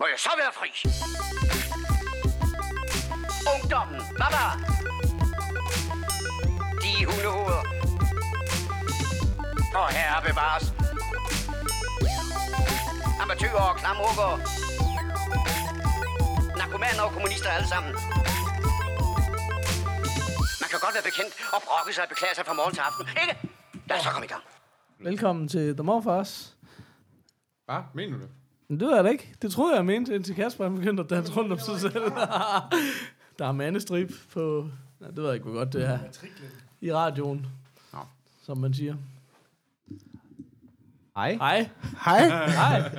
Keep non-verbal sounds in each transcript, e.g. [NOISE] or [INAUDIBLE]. må jeg så være fri? Ungdommen, baba! De hundehoveder. Og herre bevares. Amatøger og klamrukker. Narkomaner og kommunister alle sammen. Man kan godt være bekendt og brokke sig og beklage sig fra morgen til aften, ikke? Lad os så komme i gang. Velkommen til The Morfars. Hvad? Mener du det? Men det ved jeg da ikke. Det troede jeg, jeg mente, indtil Kasper han begyndte at danse rundt om sig selv. [LAUGHS] der er mandestrip på... Nej, det ved jeg ikke, hvor godt det er. I radioen, Nå. som man siger. Hej. Hej. Hej. [LAUGHS] Hej.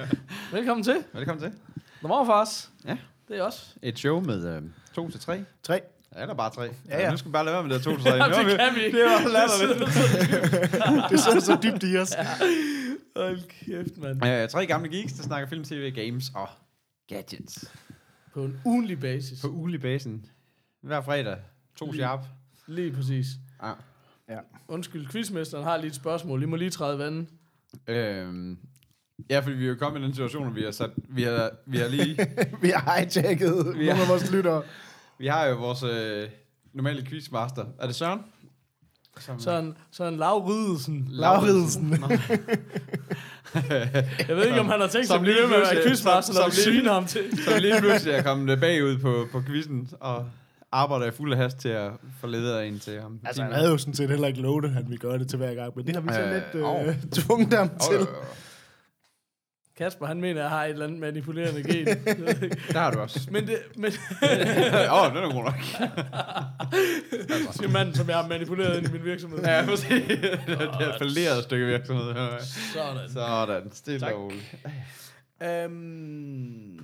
Velkommen til Velkommen til. The Morfars. Ja. Det er os. Et show med øh, to til tre. Tre. Ja, eller bare tre. Ja, ja. Nu skal vi bare lade være med det der to [LAUGHS] til tre. Ja, Nu har det kan vi ikke. Det var latterligt. Det sidder så dybt i os. [LAUGHS] Hold kæft, mand. Øh, tre gamle geeks, der snakker film, tv, games og gadgets. På en ugenlig basis. På ulig basen. Hver fredag. To Mm. Lige. sharp. Lige præcis. Ja. Undskyld, quizmesteren har lige et spørgsmål. I må lige træde vandet. Øhm, ja, fordi vi er jo kommet i den situation, hvor vi har sat, vi har, vi har lige, [LAUGHS] Vi har hijacket Vi nogle af vores lyttere. vi har jo vores øh, normale quizmaster. Er det Søren? Som, Sådan, sådan Lav Ridelsen. Lauridsen. Jeg ved ikke, om han har tænkt sig at Som blive ved lige med at være pludselig- quizmaster, som- når vi som lige- sviner ham til. [LAUGHS] som lige pludselig er kommet øh, bagud på, på quizzen, og arbejder i fuld hast til at få ledere ind til ham. Altså, Din- han havde jo sådan set heller ikke lovet, at han ville gøre det til hver gang, men det har vi så Øh, lidt au. øh, tvunget ham Åh, til. øh, Kasper, han mener, at jeg har et eller andet manipulerende [LAUGHS] gen. Jeg ved ikke. Der har du også. men det, men [LAUGHS] Åh, oh, den er god nok. det er manden, som jeg har manipuleret ind i min virksomhed. Ja, præcis. Det er et falderet stykke virksomhed. Sådan. Sådan, stille Tak. og roligt. Øhm,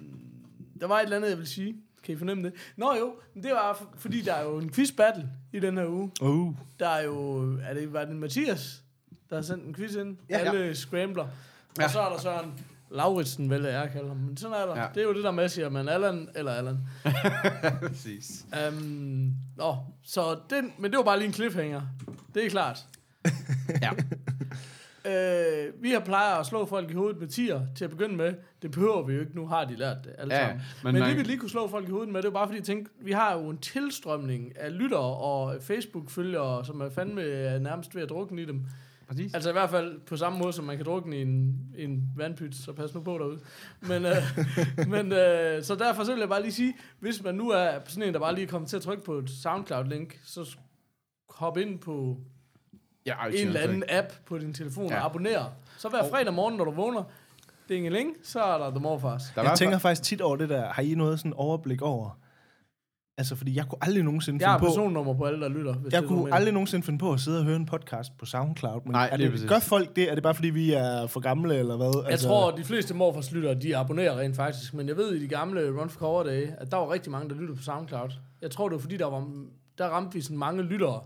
der var et eller andet, jeg ville sige. Kan I fornemme det? Nå jo, men det var, f- fordi der er jo en quiz battle i den her uge. Oh. Uh. Der er jo, er det, var det Mathias, der har sendt en quiz ind? Ja. Alle scrambler. Ja. Ja. Og så er der Søren Lauritsen, vel jeg kalder ham. Men sådan er der. Ja. Ja. Det er jo det, der med siger, man Allan eller Allan. Præcis. Um, nå, så den, men det var bare lige en cliffhanger. Det er klart. [LAUGHS] Ja. Øh, vi har plejer at slå folk i hovedet med tier til at begynde med. Det behøver vi jo ikke, nu har de lært det alle Ja, sammen. Men, men men man- det vi lige kunne slå folk i hovedet med, det var bare fordi jeg tænkte, vi har jo en tilstrømning af lyttere og Facebook-følgere, som er fandme øh, nærmest ved at drukne i dem. Præcis. Altså i hvert fald på samme måde, som man kan drukne i en, en vandpyt, så pas nu på derude. Men, øh, men øh, så derfor så vil jeg bare lige sige, hvis man nu er sådan en, der bare lige kommer til at trykke på et SoundCloud-link, så s- hop ind på Ja, en eller anden app på din telefon ja. Ja. og abonner. Så hver fredag morgen, når du vågner, dingeling, så er der The Morfars. Der var Jeg tænker faktisk tit over det der, har I noget sådan overblik over? Altså, fordi jeg kunne aldrig nogensinde Jeg har finde på... personnummer på alle, der lytter. Hvis Jeg det er kunne noget, aldrig nogensinde finde på at sidde og høre en podcast på SoundCloud. Men Nej, er lige det, præcis. gør folk det? Er det bare, fordi vi er for gamle, eller hvad? Altså- Jeg tror, at de fleste morfars lytter, de abonnerer rent faktisk. Men jeg ved i de gamle Run for Cover dage, at der var rigtig mange, der lyttede på SoundCloud. Jeg tror, det var fordi, der, var, der ramte vi sådan mange lyttere,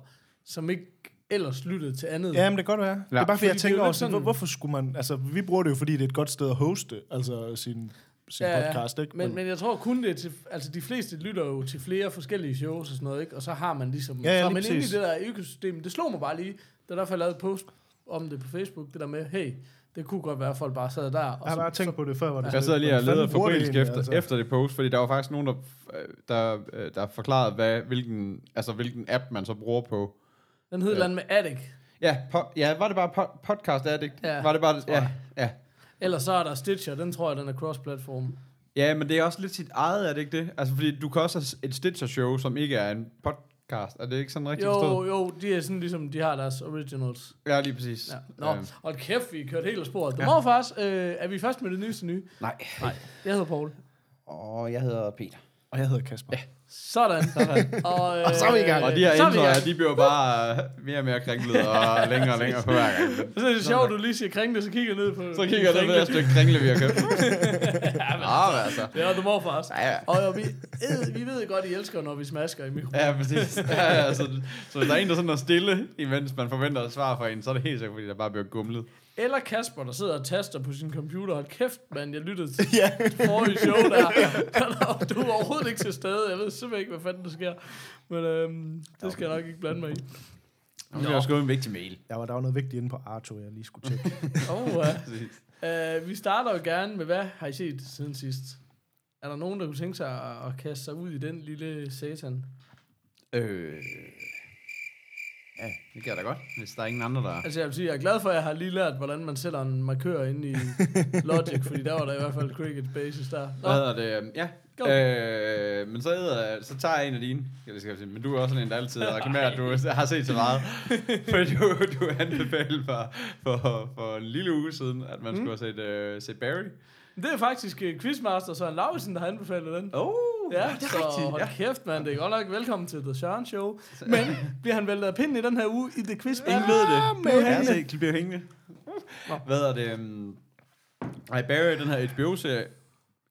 som ikke ellers lyttede til andet. Ja, men det kan godt være. Ja, det er bare, fordi fordi jeg det er tænker jo over, lidt sådan, sådan- hvor- hvorfor skulle man... Altså, vi bruger det jo, fordi det er et godt sted at hoste, altså sin, sin Ja, ja, ja. podcast, ikke? Men, men jeg tror kun det er til, altså de fleste lytter jo til flere forskellige shows og sådan noget, ikke? Og så har man ligesom, Ja, ja, så er lige man inde i præcis. det der økosystem. Det slog mig bare lige, da der faldt lavet et post om det på Facebook, det der med, hey, det kunne godt være, at folk bare sad der. Og jeg har bare tænkt på det før, hvor det Jeg sidder lige og hvordan leder fanden bruger det forbrydelsk egentlig, efter, altså. efter det post, fordi der var faktisk nogen, der, øh, der, øh, der forklarede, hvad, hvilken, altså, hvilken app man så bruger på. den hed ja. land med Attic. Ja, po- ja var det bare po- podcast addict? Ja, var det bare det? tror Ja, jeg. ja. Ellers så er der Stitcher, den tror jeg, den er cross-platform. ja, men det er også lidt sit eget, er det ikke det? Altså, fordi du kan også have et Stitcher-show, som ikke er en podcast. Er det ikke sådan rigtigt Jo, forstået? jo, de er sådan ligesom, de har deres originals. Ja, lige præcis. Ja. Nå, Øhm, hold kæft, vi er kørt helt af sporet. Det ja. faktisk, øh, er vi først med det nyeste nye? nej. Nej. Jeg hedder Paul. Og jeg hedder Peter. Og jeg hedder Kasper. Ja. [LAUGHS] Sådan. Sådan. Og, øh, Og så er vi i gang. Og de her så er vi i introer, gang. de bliver bare øh, mere og mere kringlede [LAUGHS] og længere og længere på hver gang. Så er det sjovt, at du lige siger kringle, så kigger jeg ned på Så kigger jeg ned på det her stykke kringle, vi har [LAUGHS] købt. Ja, altså. Det er du mor for os. Ja, ja. Og jo, vi, ed, vi ved godt, I elsker, når vi smasker i mikrofonen. Ja, præcis. Ja, ja, så, så hvis der er en, der sådan er stille, imens man forventer et svar fra en, så er det helt sikkert, fordi der bare bliver gumlet. Eller Kasper, der sidder og taster på sin computer. Hold kæft, mand, jeg lyttede til ja. forrige show der. [LAUGHS] Og du var overhovedet ikke til stede. Jeg ved simpelthen ikke, hvad fanden der sker. Men øhm, det skal jeg nok ikke blande mig i. Nu bliver jeg skudt en vigtig mail. Jeg var, der var noget vigtigt inde på Arto, jeg lige skulle [LAUGHS] tjekke. Oh, uh, Præcis. Øh, uh, vi starter jo gerne med, hvad har I set siden sidst? Er der nogen, der kunne tænke sig at, at kaste sig ud i den lille satan? Øh... Ja, det kan jeg da godt, hvis der er ingen andre, der... Altså jeg vil sige, jeg er glad for, at jeg har lige lært, hvordan man sætter en markør ind i Logic, fordi der var der i hvert fald cricket basis der. Hvad Nå, hedder det? øhm, Ja. Go. Øh, men så, hedder, så tager jeg en af dine. Ja, det skal jeg sige. Men du er også sådan en, der altid reklamerer, at du [LAUGHS] har set så [LAUGHS] meget. For du, du anbefalede for, for, for en lille uge siden, at man mm. skulle have set, øh, set Barry. det er faktisk øh, Quizmaster Søren Lausen, der har anbefalet den. Oh, Ja, det er så hold Ja. kæft, mand. Det er godt nok velkommen til The Søren Show. Men bliver han væltet af pinden i den her uge i The Quiz? Ah, Ingen ved det. Med Ja, hængende. se, det bliver hængende. Hvad er det? øhm, Ej, Barry, den her HBO-serie.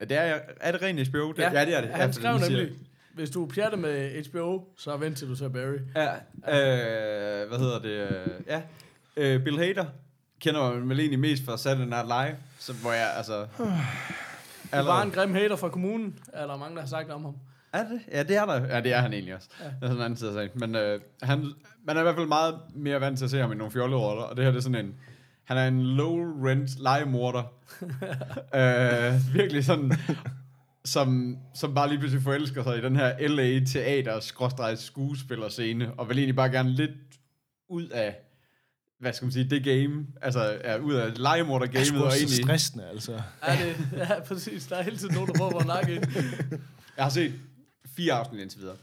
Ja, Det er, er det rent HBO? Det, ja. det er det. Han Ja, fordi skrev de siger- nemlig, hvis du er pjattet med HBO, så vent til du ser Barry. Ja, øh, hvad hedder det? øh, Ja, øh, Bill Hader kender man vel egentlig mest fra Saturday Night Live, så, hvor jeg, altså... Det var en grim hater fra kommunen, er der mange, der har sagt om ham. Er det? Ja, det er der. Ja, det er han egentlig også. Ja. Det er sådan en anden side af sagen. Men øh, han, man er i hvert fald meget mere vant til at se ham i nogle fjolleroller, og det her det er sådan en... Han er en low-rent [LAUGHS] legemorder. øh, virkelig sådan... Som, som bare lige pludselig forelsker sig i den her LA teater skuespiller scene og vil egentlig bare gerne lidt ud af hvad skal man sige, det game, altså er ud af Det er legemorder-gamet, sgu og også så egentlig, stressende, altså. Er det? Ja, præcis. Der er hele tiden nogen, der prøver at nakke ind. jeg har set fire afsnit indtil videre.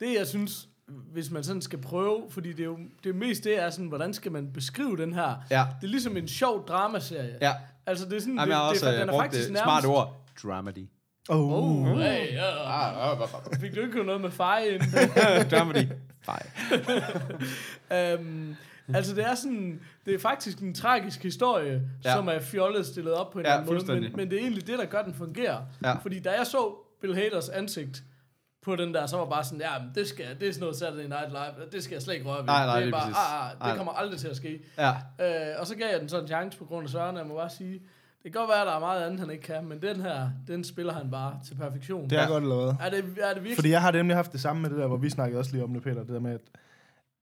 Det, jeg synes, hvis man sådan skal prøve, fordi det er jo det er mest det, er sådan, hvordan skal man beskrive den her? Ja. Det er ligesom en sjov dramaserie. Ja, Altså, det er sådan, Jamen, det, jeg har også det, er- øh, den er brugt faktisk det nærmest- smart ord. Dramedy. Oh. Oh, hey, ja. Fik du ikke noget med feje [LAUGHS] ind? ah. Dramedy. Nej. um, altså, det er sådan, det er faktisk en tragisk historie, Ja. ja. som er fjollet stillet op på en Ja, eller anden måde, fuldstændig. men, men det er egentlig det, der gør, den fungerer. Ja. Fordi da jeg så Bill Haders ansigt på den der, så var jeg bare sådan, ja, men det, skal, det er sådan noget Saturday Night Live, det skal jeg slet ikke røre ved. Nej, nej, det lige er bare, præcis. ah, ah, Nej. det kommer aldrig til at ske. Ja. Øh, og så gav jeg den sådan en chance på grund af Søren, og jeg må bare sige, det kan godt være, at der er meget andet, han ikke kan, men den her, den spiller han bare til perfektion. Det er Ja. ja. godt eller hvad? Er det, er det virkelig Fordi jeg har nemlig haft det samme med det der, hvor vi snakkede også lige om det, Peter, det der med, at,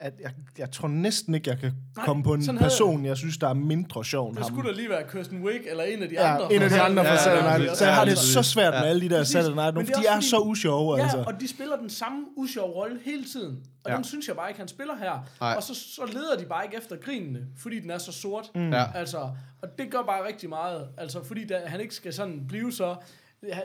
at jeg, jeg tror næsten ikke, jeg kan Nej, komme på en sådan havde person, jeg synes, der er mindre sjov end Det ham. skulle da lige være Kirsten Wick eller en af de Ja, andre. en af de fra andre fra Ja, Saturday ja, Night. ja, Live. Så jeg har ja, det præcis. så svært med Ja. alle de der Præcis. Saturday Night, Men Live, det er fordi de er også så fordi- usjove, Ja, altså. og de spiller den samme usjove rolle hele tiden. Og Ja. den synes jeg bare ikke, han spiller her. Nej. Og så, så leder de bare ikke efter grinene, fordi den er så sort. Mm. Ja. Altså, og det gør bare rigtig meget. Altså, fordi da, han ikke skal sådan blive så...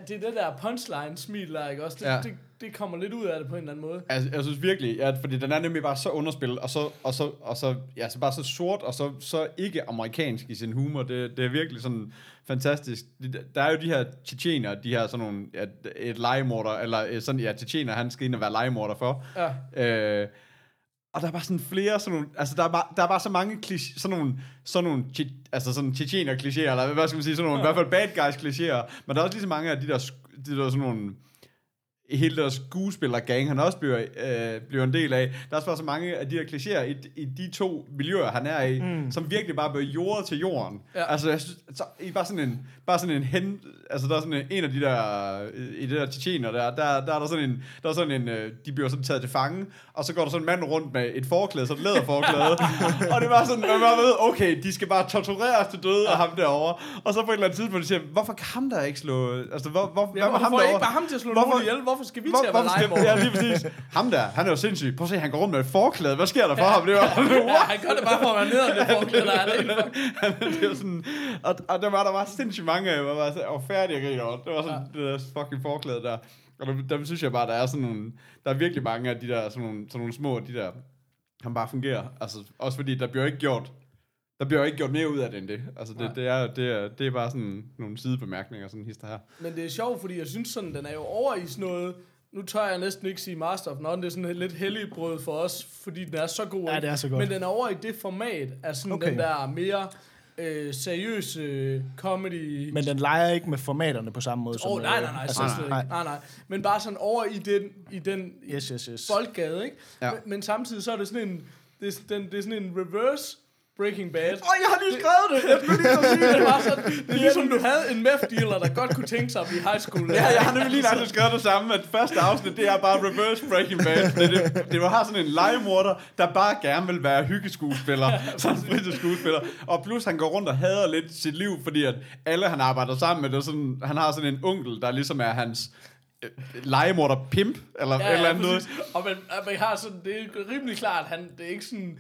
Det er det der punchline-smil, der ikke også? Det, Ja. ja. det, det kommer lidt ud af det på en eller anden måde. Altså, jeg synes virkelig, ja, fordi den er nemlig bare så underspillet, og så, og så, og så, ja, så bare så sort, og så, så ikke amerikansk i sin humor. Det, det er virkelig sådan fantastisk. Det- Der er jo de her tjetjener, de her sådan nogle, ja, et legemorder, eller øh, sådan, ja, tjetjener, han skal ind og være legemorder for. Ja. Øh, og der er bare sådan flere sådan nogle, altså der er bare, der er bare så mange kliché, sådan nogle, sådan nogle, tje, altså sådan tjetjener klichéer, eller hvad skal man sige, sådan nogle, i hvert fald bad guys klichéer, men der er også lige så mange af de der, sk- de der sådan nogle, hele der skuespiller gang, han også bliver, øh, bliver en del af, der er også bare så mange af de der klichéer i, i de to miljøer, han er i, mm. som virkelig bare bliver jordet til jorden. Ja. Ja. Altså, jeg synes, så, i bare sådan en, bare sådan en hen, altså der er sådan en, en af de der, øh, i det der tjetjener der, der, der er der sådan en, der er sådan en, øh, de bliver sådan taget til fange, og så går der sådan en mand rundt med et forklæde, sådan [LAUGHS] et læderforklæde, og det var sådan, man bare ved, okay, de skal bare tortureres til døde af ham derovre, og så på et eller andet tidspunkt siger, jeg, hvorfor kan ham der ikke slå, altså hvor, hvor, hvad Ja, med ham hvorfor er ikke derovre? bare ham til at slå Hvorfor- nogen ihjel? Hvorfor skal vi til at være Hvorfor skal legemorder? Ja, lige præcis. Ham der, han er jo sindssyg. Prøv at se, han går rundt med et forklæde. Hvad sker der for ham? Det var, Ja, han gør det bare for at være nederen, det forklæder der er det ikke for- [LAUGHS] det var sådan, og, og der var der var sindssygt mange af dem, og var så affærdige griner over. Det var sådan ja. det der fucking forklæde der. Og der, der, synes jeg bare, der er sådan nogle, der er virkelig mange af de der, sådan nogle, sådan nogle små, de der, han bare fungerer. Altså, også fordi der bliver ikke gjort, der bliver ikke gjort mere ud af det end det. Altså, det, det, er, det, er, det er bare sådan nogle sidebemærkninger, sådan hister her. Men det er sjovt, fordi jeg synes sådan, den er jo over i sådan noget... Nu tør jeg næsten ikke sige Master of None, det er sådan lidt helligbrød for os, fordi den er så god. Ja, ikke? det er så godt. Men den er over i det format af sådan okay. Okay. den der mere øh, seriøse øh, comedy... Men den leger ikke med formaterne på samme måde som... Åh, oh, nej, nej, øh, nej, så slet ikke. Nej. nej, Men bare sådan over i den, i den Yes, yes, yes. boldgade, ikke? Ja. Ja. Men, men samtidig så er det sådan en, det er, den, det er sådan en reverse Breaking Bad. Åh, jeg har lige skrevet det! Jeg skulle lige [LAUGHS] Det var sådan, det er ligesom, du havde en meth dealer, der godt kunne tænke sig at blive high school. Ja, jeg har nemlig lige lagt skrevet det samme, at første afsnit, det er bare reverse Breaking Bad. Det, det, det har sådan en legemorder, der bare gerne vil være hyggeskuespiller, [LAUGHS] som fritidsskuespiller. Og plus han går rundt og hader lidt sit liv, fordi at alle han arbejder sammen med, det er sådan, han har sådan en onkel, der ligesom er hans øh, legemorder pimp, eller ja, Ja, et eller ja, andet. præcis. Og man, at man har sådan, det er rimelig klart, han, det er ikke sådan...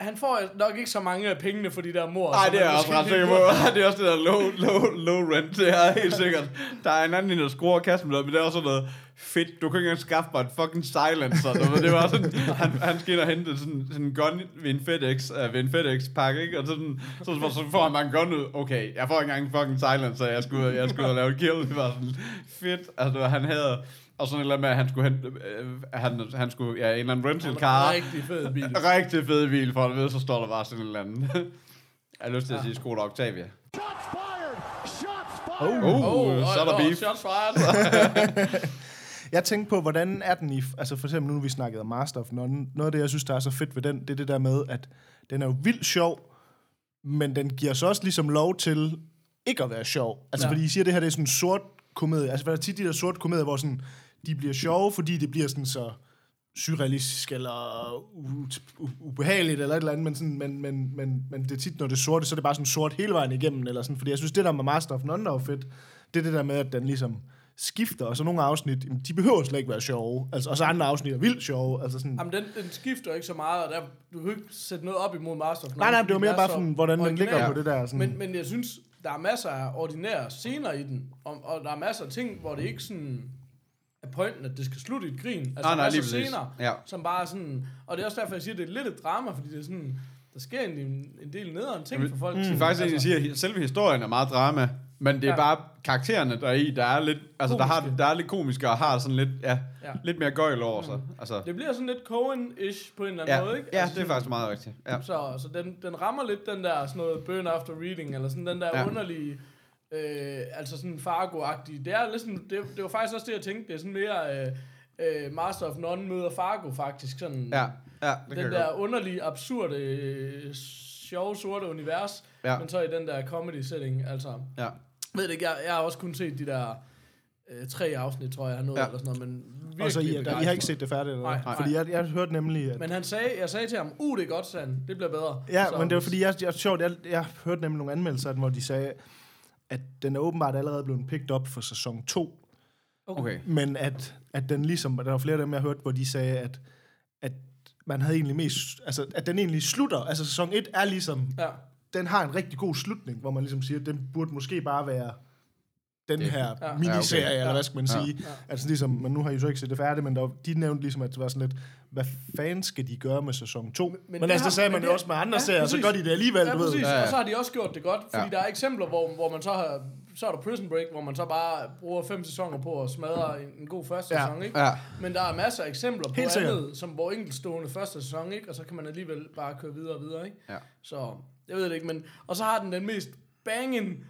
Han får nok ikke så mange af pengene for de der mor. Nej, det er jeg også ret sikker på. [LAUGHS] Det er også det der low, low, low rent, det er helt sikkert. Der er en anden, en, der skruer og kaster med noget, men det er også sådan noget fedt. Du kan ikke engang skaffe mig en fucking silencer. Du ved, det var sådan, han, han skal ind og hente sådan, sådan en gun ved en FedEx, uh, ved en FedEx-pakke, ikke? Og sådan, så, så, så får han bare en gun ud. Okay, jeg får ikke engang en fucking silencer. Jeg skulle, ud- jeg skulle ud og lave et kill. Det var sådan fedt. Altså, det var- han havde... Og sådan et eller andet med, at han skulle hente... Øh, han, han skulle... Ja, en eller anden rental car. Rigtig fed [LAUGHS] bil. Rigtig fed bil, for ved, så står der bare sådan en eller anden. [LAUGHS] Jeg har lyst til at sige Skoda Octavia. Shots fired! Shots Oh, fired! oh, så er der beef. Shots [LAUGHS] fired. Jeg tænkte på, hvordan er den i... Altså for eksempel nu, vi snakkede om Master of None. Noget af det, jeg synes, der er så fedt ved den, det er det der med, at den er jo vildt sjov, men den giver så også ligesom lov til ikke at være sjov. Altså Ja. ja. fordi I siger, at det her det er sådan en sort komedie. Altså for der er tit de der sorte komedier, hvor sådan, de bliver sjove, fordi det bliver sådan så surrealistisk eller u- u- ubehageligt eller et eller andet, men, sådan, men, men, men, men det er tit, når det er sorte, så er det bare sådan sort hele vejen igennem, eller sådan, fordi jeg synes, det der med Master of None, der var fedt, det er det der med, at den ligesom skifter, og så nogle afsnit, jamen, de behøver slet ikke være sjove, altså, og så andre afsnit er vildt sjove, altså sådan, Jamen, den, den skifter ikke så meget, og der, du kan ikke sætte noget op imod Master of None, nej, nej, fordi det var mere den er bare så sådan, hvordan man original. ligger på det der, sådan, Men, men jeg synes, der er masser af ordinære scener i den, og, og der er masser af ting, hvor det ikke sådan er pointen, at det skal slutte i et grin. Altså, Nej, masser nej, af lige præcis. scener, Ja. som bare er sådan... Og det er også derfor, jeg siger, at det er lidt et drama, fordi det er sådan... Der sker egentlig en, en del nederen ting for folk. Jeg vil sådan, mm, altså, faktisk egentlig sige, at he- selve historien er meget drama, men det er Mm. Ja. ja. bare karaktererne, der er i, der er lidt, altså, der, har, Komiske. der er lidt komiske og har sådan lidt, ja, Ja. Mm. ja. lidt mere gøjl over sig. Altså, Det bliver sådan lidt Cohen-ish på en eller anden ja, måde, ikke? ja, Altså, Mm. det er faktisk meget rigtigt. Ja. Så, så den, den rammer lidt den der sådan noget burn after reading, eller sådan den der ja. Ja. underlige, øh, altså sådan Fargo-agtige. Det, er ligesom, det, det var faktisk også det, jeg tænkte. Det er sådan mere øh, øh, Master of None møder Fargo, faktisk. Sådan Ja, ja, det kan den jeg der godt. underlige, absurde, øh, sjove, sorte univers, ja. Ja. men så i den der comedy-setting. Altså, Ja. ved det ikke, jeg, jeg har også kun set de der øh, tre afsnit, tror jeg, jeg har nået, ja. Ja. eller sådan noget, men virkelig og så I, er der, I har ikke begejstret. set det færdigt, eller Nej, hvad? nej. fordi jeg, jeg hørte nemlig, at Men han sagde, jeg sagde til ham, uh, det er godt, sagde han. Det bliver bedre. Ja, Så- men det var fordi, jeg, jeg, sjovt, jeg, jeg hørte nemlig nogle anmeldelser af den, hvor de sagde, at den er åbenbart allerede blevet picked op for sæson 2, Okay. men at, at den ligesom, og der var flere af dem, jeg hørte, hvor de sagde, at, at man havde egentlig mest, altså at den egentlig slutter, altså sæson 1 er ligesom, Ja. den har en rigtig god slutning, hvor man ligesom siger, at den burde måske bare være den her Ja. ja. miniserie, Ja, ja, okay. okay. eller hvad skal man Ja. ja. sige. Ja. Altså ligesom, men nu har I jo så ikke set det færdigt, men der, var- de nævnte ligesom, at det var sådan lidt, hvad fanden skal de gøre med sæson 2? Men, men, det men altså, har- det sagde men man det- jo også med andre ja, ja, serier, og så præcis. gør de det alligevel, Ja, du ved. præcis. Ja, ja. Og så har de også gjort det godt, fordi ja. Ja. der er eksempler, hvor, hvor man så har... Så er der Prison Break, hvor man så bare bruger fem sæsoner på at smadre en, en god første Ja. sæson, ikke? Ja. Men der er masser af eksempler på Helt sikkert. andet, som hvor enkeltstående første sæson, ikke? Og så kan man alligevel bare køre videre og videre, ikke? Ja. Så, jeg ved det ikke, men... Og så har den den mest banging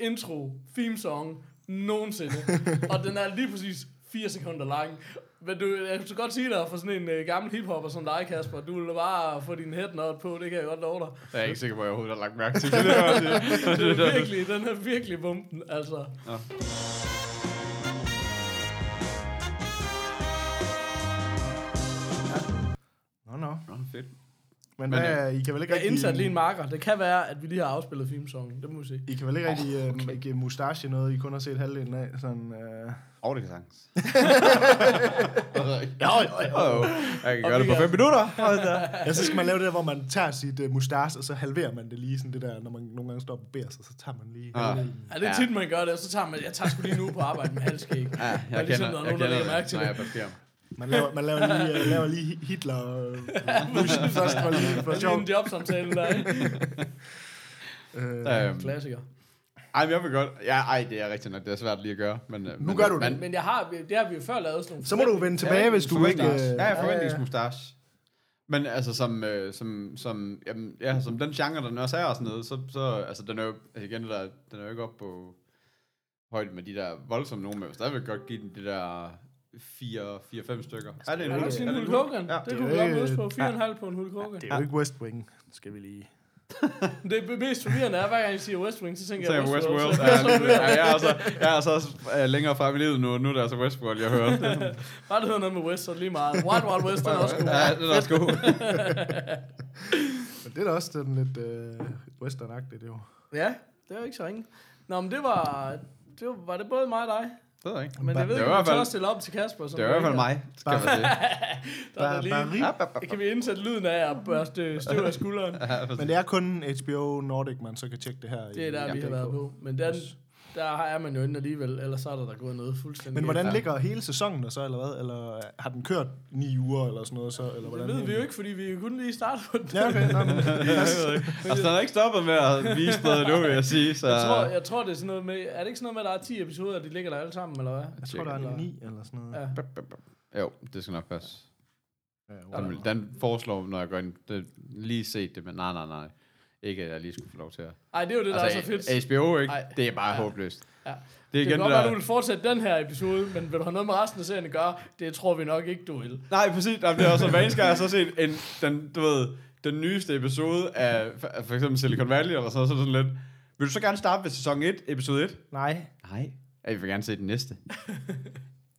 intro theme song nogensinde. [LAUGHS] og den er lige præcis 4 sekunder lang. Men du, jeg kan så godt sige dig, for sådan en øh, gammel hiphopper som dig, Kasper, du vil bare få din headnot på, det kan jeg godt love dig. Jeg er ikke sikker på, at jeg overhovedet har lagt mærke til det. var [LAUGHS] det. Den [LAUGHS] er virkelig, den er virkelig bumpen, altså. Nå. Nå, nå. Nå, fedt. Men, Men, hvad, I kan vel ikke Jeg indsat lige en rigtig... marker. Det kan være, at vi lige har afspillet filmsongen. Det må vi se. I kan vel ikke rigtig oh, okay. give mustache noget, I kun har set halvdelen af. Sådan, øh. Og det kan [LAUGHS] sagtens. jo, jo, jo. Jeg kan gøre det på fem minutter. Hold da. Ja, så skal man lave det der, hvor man tager sit uh, mustache, og så halverer man det lige sådan det der, når man nogle gange står og beder sig, så tager man lige... Ah. halvdelen. Ja, det er tit, man gør det, og så tager man, jeg tager sgu lige nu på arbejde med [LAUGHS] halskæg. Ja, jeg, Der er jeg ligesom, kender, der er nogen, jeg der kender lægger mærke det, til når det. jeg er på skærm. Man laver, man laver lige, uh, laver lige Hitler uh, først for, lige, for Det er sjov. en jobsamtale, der er, ikke? Uh, Øhm, Klassiker. Ej, men jeg vil godt... Ja, ej, det er rigtigt nok. Det er svært lige at gøre. Men, øh, men, gør du det. men, Men jeg har, det har vi jo før lavet sådan nogle... så må du vende tilbage, hvis du ikke... forventnings- øh, Ja, jeg forventningsmustache. Men altså, som, øh, som, som, jamen, ja, som den genre, den også er og sådan noget, så, så altså, den er jo, altså, igen, det der, den er jo ikke op på højde med de der voldsomme nogen, men jeg vil stadigvæk godt give den det der 4-5 stykker. Er det en Er hul? det sådan Er en det en Hulk hul? Hogan? Ja. Det kunne vi Det er godt jo mødes ikke- på. 4,5 på en Hulk Hogan. Det er jo ikke West Wing, skal vi lige... Det mest forvirrende er, hver gang jeg siger West Wing, så tænker Så er jeg jeg Westworld. Westworld. Så Ja, er jeg så det- [LAUGHS] ja, forvirret. jeg er altså, jeg er altså også øh, længere frem i livet nu, og nu er det altså Westworld, jeg hører. Det er sådan- Bare det hedder noget med West, så er det lige meget. Wild Wild West, den er også god. Ja, det er også god. Men det er da også sådan lidt øh, western-agtigt, jo. Ja, det er jo ikke så ringe. Nå, men det var, det var, var det både mig og dig. Det ved jeg ikke. Men Bare- jeg ved det ikke, var i om hvert vi tør fald- at stille op til Kasper. som Det er i hvert fald ikke mig, skal man [LAUGHS] sige. Der er lige, Barry. kan vi indsætte lyden af at børste støv af skulderen? Ja, for- Men det er kun HBO Nordic, man så kan tjekke det her. Det er der, vi har været på. Men den, der er man jo inde alligevel, ellers så er der, der gået noget fuldstændig. Men hvordan Ja. ligger hele sæsonen der så, eller hvad? Eller har den kørt ni uger, eller sådan noget så? Eller hvordan Det ved vi jo ikke, fordi vi kun lige startede på den. Ja, okay. Nå, men, Jeg ved ikke. [LAUGHS] Altså, den er ikke stoppet med at vise noget nu, vil jeg sige. [LAUGHS] Så... Jeg tror, jeg tror, det er sådan noget med... Er det ikke sådan noget med, at der er 10 episoder, og de ligger der alle sammen, eller hvad? jeg tror, der er ni eller sådan noget. Ja. Jo, det skal nok passe. Ja, Den, vil- den foreslår, når jeg går ind, det, lige set det, men nej, nej, nej. Ikke, at jeg lige skulle få lov til at... Ej, det er jo det, der altså, er så fedt. altså, HBO, ikke? Ej. Det er bare Ja. håbløst. Ja. Det er Det kan igen det godt være, du der... vil fortsætte den her episode, men vil du have noget med resten af serien at gøre? Det tror vi nok ikke, du vil. Nej, præcis. Jamen, det er også, hver eneste gang, jeg har så set en, den, du ved, den nyeste episode af for, for eksempel Silicon Valley, eller sådan, så er det sådan lidt... Vil du så gerne starte ved sæson 1, episode 1? Nej. Nej. Jeg vil gerne se den næste. [LAUGHS]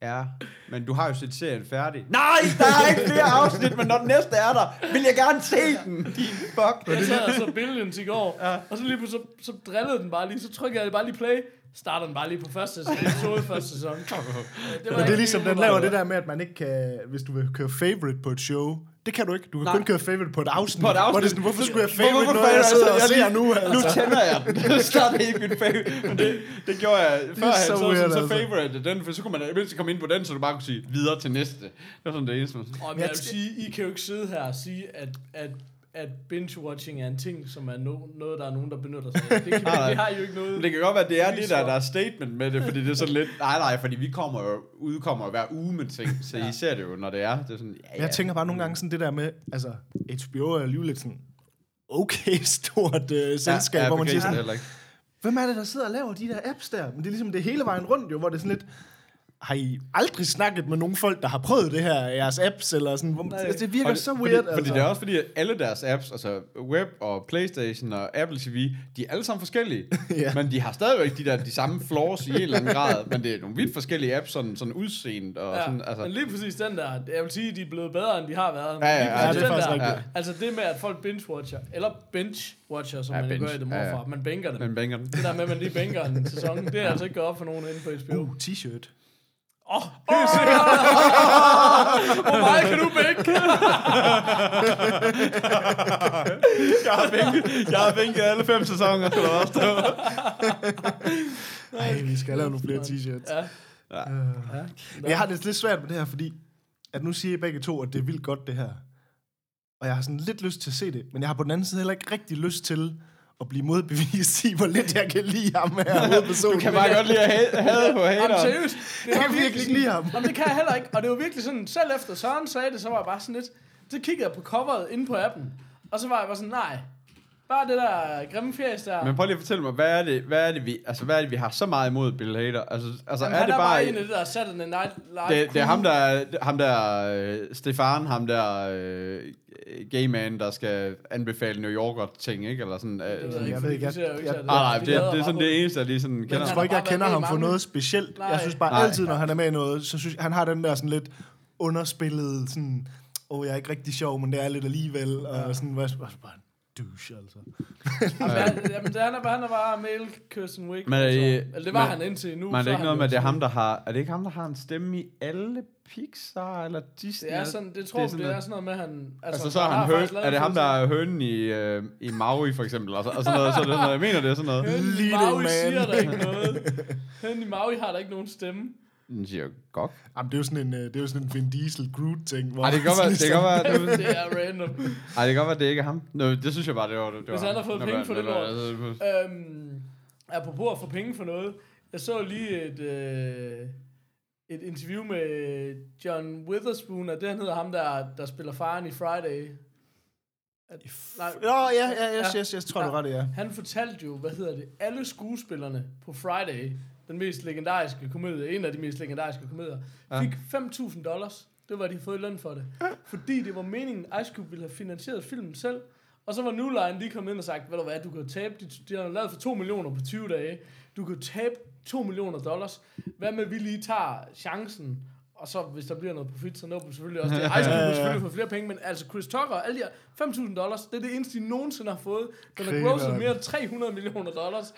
ja, men du har jo set serien færdig. Nej, der er ikke flere afsnit, men når den næste er der, vil jeg gerne se den. Din fuck. Jeg sad og så Billions i går, ja. og så lige pludselig, så, så drillede den bare lige, så trykkede jeg bare lige play, starter den bare lige på første sæson, episode første [LAUGHS] sæson. Det, var Men det er ligesom, den laver det der med, at man ikke kan, hvis du vil køre favorite på et show, det kan du ikke. Du kan Nej. kun køre favorite på et afsnit. På et Hvor det er afsnit. sådan, hvorfor skulle jeg Hvorfor favorite noget, fanden jeg sidder og altså- ser nu? [LAUGHS] Nu Altså? tænder jeg den. Det er snart ikke mit favorite. Men det, det gjorde jeg før, så han så, weird, sådan, så altså. favorite den, for så kunne man i mindst komme ind på den, så du bare kunne sige videre til næste. Det var sådan det eneste. man- Og jeg vil sige, I kan jo ikke sidde her og sige, at, at, at binge-watching er en ting, som er no, noget, der er nogen, der benytter sig af. Det, kan, Nej. det har I jo ikke noget. Men det kan godt være, at det er det, der, der er statement med det, fordi det er sådan lidt, [LAUGHS] nej nej, fordi vi kommer jo, udkommer jo hver uge med ting, så I ser det jo, når det er. Det er sådan, ja, ja. Jeg tænker bare nogle gange sådan det der med, altså HBO er alligevel lidt sådan, okay stort øh, selskab, ja, ja, hvor man begriber siger det sådan, heller ikke. hvem er det, der sidder og laver de der apps der? Men det er ligesom det er hele vejen rundt jo, hvor det er sådan lidt, har I aldrig snakket med nogen folk, der har prøvet det her, jeres apps, eller sådan, hvor, altså, det virker Og det- så fordi, weird, altså. Fordi det er også fordi, at alle deres apps, altså web og Playstation og Apple TV, de er alle sammen forskellige. [LAUGHS] Ja. Men de har stadigvæk de der de samme flaws i en eller anden grad. Men det er nogle vidt forskellige apps, sådan, sådan udseende og Ja, sådan, altså. men altså... lige præcis den der, jeg vil sige, at de er blevet bedre, end de har været. Men Ja, ja, lige ja, præcis det er den faktisk der, rigtigt. Altså det med, at folk binge-watcher, eller bench-watcher, som Ja, ja, man bench. binge, gør i det ja, ja. morfra, ja. man bænker dem. Men Men. banger den. Det der med, at man lige bænker en sæson, det er altså ikke gået op for nogen inde på HBO. Uh, t-shirt. Åh, oh, oh, [LAUGHS] hvor meget kan du bænke? Jeg har vinket, [LAUGHS] jeg har vinket alle fem sæsoner, skal der også stå. Ej, vi skal lave nogle flere t-shirts. Øh, Ja. Men jeg har det lidt svært med det her, fordi at nu siger I begge to, at det er vildt godt det her. Og jeg har sådan lidt lyst til at se det, men jeg har på den anden side heller ikke rigtig lyst til at blive modbevist i, hvor lidt jeg kan lide ham her hovedpersonen. Du kan bare godt lide at ha- hade på Jamen hateren. seriøst, det [LAUGHS] Jeg var kan virkelig ikke lide ham. sådan- Jamen det kan jeg heller ikke, og det var virkelig sådan, selv efter Søren sagde det, så var jeg bare sådan lidt, så kiggede jeg på coveret inde på appen, og så var jeg bare sådan, nej, bare det der grimme fjæs der. Men prøv lige at fortælle mig, hvad er det, hvad er det, vi, altså, hvad er det, vi har så meget imod Bill Hader? Altså, altså Jamen, er han det er bare... bare en af det der Saturday Night Live det, det crew. er ham der, ham der øh, Stefan, ham der øh, gay man, der skal anbefale New Yorker ting, ikke? Eller sådan, øh, Det ved sådan. jeg Nej, ikke, Jeg fordi ved vi ikke, jeg- ser jo ikke jeg- Saturday Night nej, Live. det, De hader det er sådan bare på- det eneste, jeg lige sådan Jeg kender. tror ikke, jeg Han har kender bare ham været for med i noget mange. specielt. Nej. Jeg synes bare Nej. altid, når han er med i noget, så synes jeg, han har den der sådan lidt underspillede, sådan, åh, oh, jeg er ikke rigtig sjov, men det er lidt alligevel, og sådan, hvad, hvad bare en douche, altså. Jamen, han- Jamen, det, han, er bare, han er bare male Kirsten Wick. Men er altså. I- Eller det var men- han indtil nu. Men er så det ikke han noget jo med, at det er sådan- ham, der har... Er det ikke ham, der har en stemme i alle Pixar eller Disney? Det er sådan, det tror jeg, det, noget- er sådan noget med, han... Altså, så er, har han faktisk høn, lavet er det en ham, der film, er hønen i, øh, i Maui, for eksempel? Og, så, og sådan noget, så er det sådan noget. Jeg mener, det er sådan noget. Hønen i Leading Maui man. siger der ikke [LAUGHS] noget. Hønen i Maui har der ikke nogen stemme. Den siger jo, gok. Jamen, det er jo sådan en, øh, det er jo sådan en Vin Diesel Groot-ting. hvor ligesom- Ej, det kan godt være, det kan godt være, det, det er random. ej, det, kan godt være, det ikke er ham. Nå, det synes jeg bare, det var... Det var Hvis han har fået Nå, penge men- for det men- lort. men- Øhm, apropos at få penge for noget. Jeg så lige et, øh, et interview med John Witherspoon, og det han hedder ham, der, der spiller faren i Friday. At, nej, Nå, ja, ja, yes, yes, yes, tror du Ja. er ret, ja. Han fortalte jo, hvad hedder det, alle skuespillerne på Friday, den mest legendariske komedie, en af de mest legendariske komedier, fik 5.000 dollars. Det var, de havde fået i løn for det. Fordi det var meningen, Ice Cube ville have finansieret filmen selv, Og så var New Line lige kommet ind og sagt, ved du hvad, du kan tabe, de, de har lavet for 2 millioner på 20 dage, du kan tabe 2 millioner dollars, hvad med vi lige tager chancen, og så hvis der bliver noget profit, så når vi selvfølgelig også det. Ice Cube vil selvfølgelig få flere penge, men altså Chris Tucker, alle de her 5.000 dollars, det er det eneste, de nogensinde har fået. Den har Krig, grosset mand. mere end 300 millioner dollars.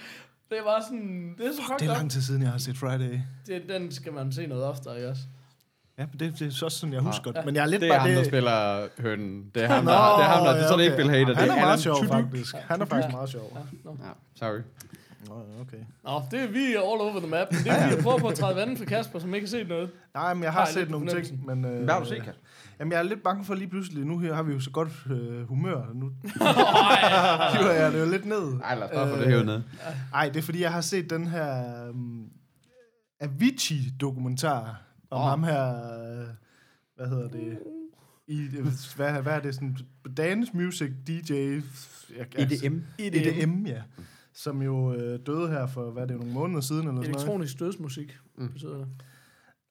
Det var sådan, det er så Det fucked er up. lang tid siden, jeg har set Friday. Det, den skal man se noget oftere, ikke også? Ja, men det, det er så også sådan, jeg husker det. Men jeg er lidt Ah, Det er bare ham, der det... spiller hønen. Det er ham, der, det er ham, der, det er ja, sådan ikke Bill Hader. Han det er meget Alan sjov, Tudyk. faktisk. Han er faktisk meget sjov. Ja, no. Ja, sorry. Nå, ja, okay. Nå, det er vi er all over the map. Det er fordi, jeg prøver på at træde vandet for Kasper, som ikke har set noget. Nej, men jeg Har har jeg lidt set nogle fornemmelsen? ting, men... Øh, Hvad har du set, Kasper? Jamen, jeg er lidt bange for lige pludselig, nu her har vi jo så godt øh, humør, [LAUGHS] nu [LAUGHS] hiver jeg det jo lidt ned. Nej, lad os bare få Øh, det hævet ned. Nej, det er fordi, jeg har set den her um, Avicii-dokumentar om oh. ham her, øh, hvad hedder det, I, øh, hvad, hvad er det, sådan, Dance Music DJ, jeg, EDM. EDM. EDM, ja, som jo øh, døde her for, hvad er det, nogle måneder siden eller sådan noget. ikke? Elektronisk dødsmusik, mm. betyder det.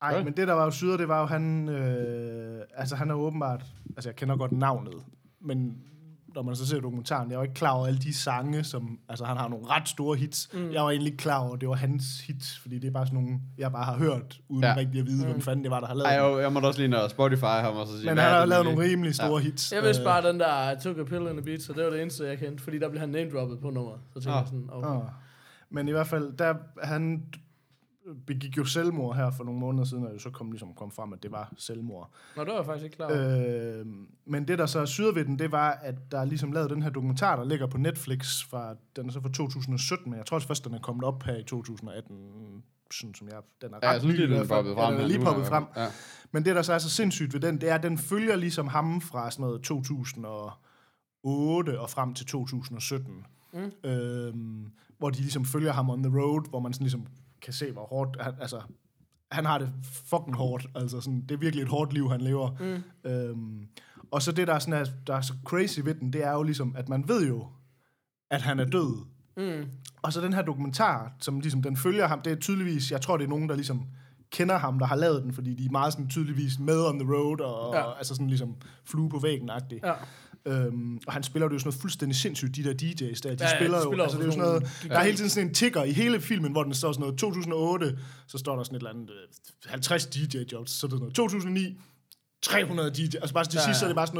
Nej, men det, der var jo syder, det var jo, han... Øh, altså, han er åbenbart... Altså, jeg kender godt navnet, men når man så ser dokumentaren, jeg var ikke klar over alle de sange, som... Altså, han har nogle ret store hits. Mm. Jeg var egentlig ikke klar over, at det var hans hits, fordi det er bare sådan nogle, jeg bare har hørt, uden Ja. ja. rigtig at vide, mm. hvem fanden det var, der har lavet Ej, Ej, jeg, jeg må da også lige når Spotify ham og så sige, Men hvad han er har det lavet lige? nogle rimelig store ja. hits. Jeg vidste Øh, bare, den der I took a pill and a beat, så det var det eneste, jeg kendte, fordi der blev han name-droppet på nummeret. Så tænkte Ah. ah. jeg sådan, okay. Øh, Åh. Men i hvert fald, der, han begik jo selvmord her for nogle måneder siden, og det så kom ligesom kom frem, at det var selvmord. Nå, det var jeg faktisk ikke klar over. Øh, men det, der så er syder ved den, det var, at der er ligesom lavet den her dokumentar, der ligger på Netflix, fra, den er så fra 2017, men jeg tror også først, den er kommet op her i 2018, sådan som jeg, den er ret Ja, jeg synes ny lige, i den er hvert fald. poppet frem. Ja, den er her lige nu, poppet i hvert frem. fald. Ja. Men det, der så er så sindssygt ved den, det er, at den følger ligesom ham fra sådan noget 2008 og frem til 2017. Mm. Øhm, hvor de ligesom følger ham on the road, hvor man sådan ligesom kan se, hvor hårdt... Han, altså, han har det fucking hårdt. Altså, sådan, det er virkelig et hårdt liv, han lever. Mm. Øhm, og så det, der er, sådan, er, der er så crazy ved den, det er jo ligesom, at man ved jo, at han er død. Mm. Og så den her dokumentar, som ligesom den følger ham, det er tydeligvis, jeg tror det er nogen, der ligesom kender ham, der har lavet den, fordi de er meget sådan tydeligvis med on the road, og, Ja. ja. og altså sådan ligesom flue på væggen-agtigt. Ja. Øhm, og han spiller jo det er jo sådan noget fuldstændig sindssygt, de der DJ's der. De ja, ja, de spiller jo, spiller altså jo det er jo sådan nogle noget, der er hele tiden sådan en ticker i hele filmen, hvor den står sådan noget 2008, så står der sådan et eller andet øh, 50 DJ-jobs, så er det sådan noget 2009, 300 DJ, altså bare til Ja, sidst, så ja. er det bare sådan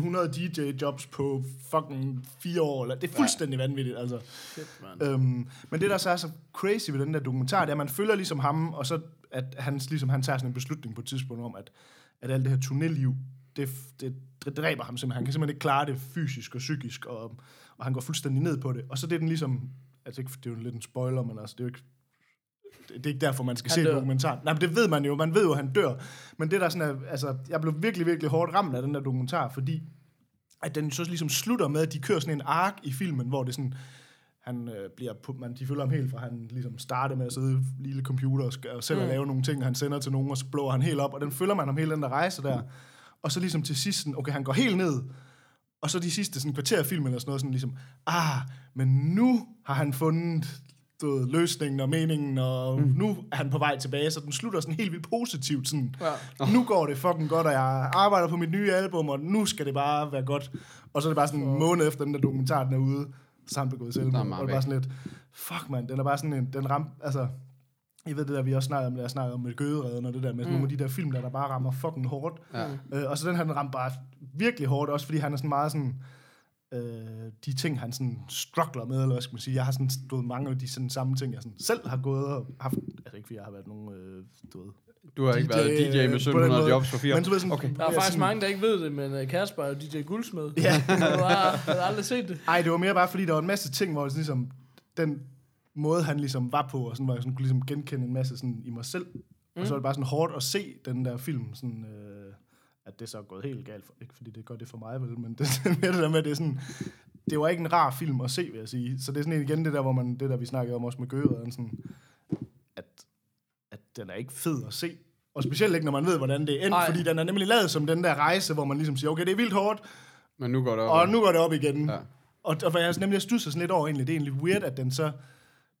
noget 1700 DJ-jobs på fucking fire år, eller det er fuldstændig vanvittigt, altså. Shit, man. Øhm, men det, der så er så crazy ved den der dokumentar, det er, at man følger ligesom ham, og så at han, ligesom, han tager sådan en beslutning på et tidspunkt om, at, at alt det her turnéliv, det, det, det dræber ham simpelthen. Han kan simpelthen ikke klare det fysisk og psykisk, og, og han går fuldstændig ned på det. Og så det er den ligesom, altså ikke, det er jo lidt en spoiler, men altså det er jo ikke det det er ikke derfor, man skal Han han se dør. dokumentaren. Nej, men det ved man jo. Man ved jo, at han dør. Men det der sådan er, altså, jeg blev virkelig, virkelig hårdt ramt af den der dokumentar, fordi at den så ligesom slutter med, at de kører sådan en ark i filmen, hvor det sådan, han øh, bliver, pu- man, de følger ham helt fra, han ligesom starter med at sidde i lille computer og, sk- og selv mm. at lave nogle ting, han sender til nogen, og så blår han helt op, og den følger man ham hele den der rejse der. Og så ligesom til sidst, sådan, okay, han går helt ned, og så de sidste sådan, kvarter af filmen, eller sådan noget, sådan ligesom, ah, men nu har han fundet du ved, løsningen og meningen, og mm. nu er han på vej tilbage, så den slutter sådan helt vildt positivt, sådan, ja. nu går det fucking godt, og jeg arbejder på mit nye album, og nu skal det bare være godt. Og så er det bare sådan en måned efter, den der dokumentar, den er ude, så har han begået selvmord, og meget det er bare sådan lidt, fuck man, den er bare sådan en, den ramte, altså, jeg ved det der, vi også snakkede om, da jeg snakkede om med gøderedden og det der med mm. nogle af de der film, der, der bare rammer fucking hårdt. Ja. Øh, og så den her, den ramte bare virkelig hårdt, også fordi han er sådan meget sådan, øh, de ting, han sådan struggler med, eller hvad skal man sige, jeg har sådan stået mange af de sådan samme ting, jeg sådan selv har gået og haft, altså ikke fordi jeg har været nogen, øh, du ved, Du har ikke DJ, været DJ øh, på med den 1700 måde. jobs for fire. Men du ved sådan- okay. Der er Ja, faktisk sådan- mange, der ikke ved det, men øh, Kasper er jo DJ Guldsmed. [LAUGHS] Ja. Jeg har, har aldrig set det. Ej, det var mere bare, fordi der var en masse ting, hvor det ligesom, den måde, han ligesom var på, og sådan, hvor jeg sådan, kunne ligesom genkende en masse sådan, i mig selv. Mm. Og så var det bare sådan hårdt at se den der film, sådan, øh, at det så er gået helt galt. For, ikke fordi det gør det for mig, vel, men [LAUGHS] det, er mere det der med, det er sådan, det var ikke en rar film at se, vil jeg sige. Så det er sådan en- igen det der, hvor man, det der vi snakkede om også med Gørederen, sådan, at, at den er ikke fed at se. Og specielt ikke, når man ved, hvordan det endte, Ej. fordi den er nemlig lavet som den der rejse, hvor man ligesom siger, okay, det er vildt hårdt, Men nu går det op. og nu går det op igen. Ja. Ja. Og, og for jeg nemlig jeg stusser sådan lidt over egentlig, det er egentlig weird, at den så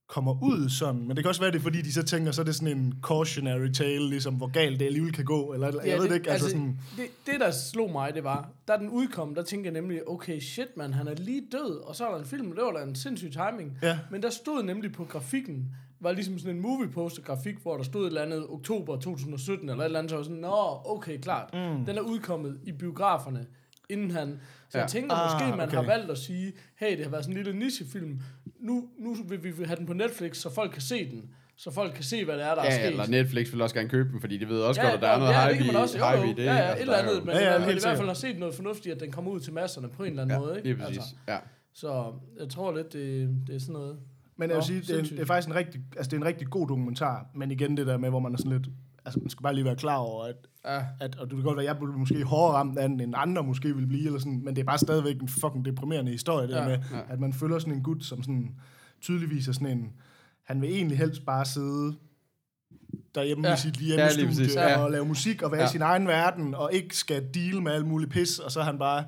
kommer ud sådan. Men det kan også være, det er, fordi de så tænker, så er det sådan en cautionary tale, ligesom hvor galt det alligevel kan gå, eller ja, jeg ved det ikke, altså, altså sådan... det, det, der slog mig, det var, da den udkom, der tænkte jeg nemlig, okay, shit, man, han er lige død, og så er der en film, det var da en sindssyg timing. Ja. Men der stod nemlig på grafikken, var ligesom sådan en movie poster grafik, hvor der stod et eller andet oktober 2017, eller et eller andet, så var jeg sådan, nå, okay, klart. Mm. Den er udkommet i biograferne, inden han... Så ja. jeg tænker Ah, måske, man okay. har valgt at sige, hey, det har været sådan en lille nichefilm, nu, nu vil vi have den på Netflix, så folk kan se den, så folk kan se, hvad det er, der er Ja, sket. eller Netflix vil også gerne købe dem, fordi de ved også Ja, godt, at der er noget ja, det hype kan i man også. Jo, hype jo, i det. ja, ja, et altså, eller der er andet, jo- men Ja, ja, ja, ja, i helt hvert fald sikkert. har set noget fornuftigt, at den kommer ud til masserne på en eller anden måde. Ikke? Lige præcis, Altså, ja. så jeg tror lidt, det, det er sådan noget. Men jeg vil Nå, sige, det er, en- sindssygt. det er faktisk en rigtig, altså det er en rigtig god dokumentar, men igen det der med, hvor man er sådan lidt, altså man skal bare lige være klar over, at, Ja. at og det kan godt være, at jeg blev måske hårdere ramt af den, end andre måske ville blive, eller sådan, men det er bare stadigvæk en fucking deprimerende historie, det ja, Ja, med, ja. at man følger sådan en gut, som sådan tydeligvis er sådan en, han vil egentlig helst bare sidde derhjemme ja. Ja. i sit Ja, lige hjemmestudie præcis. ja, Ja. og lave musik og være ja. Ja. i sin egen verden, og ikke skal deal med alt muligt pis, og så er han bare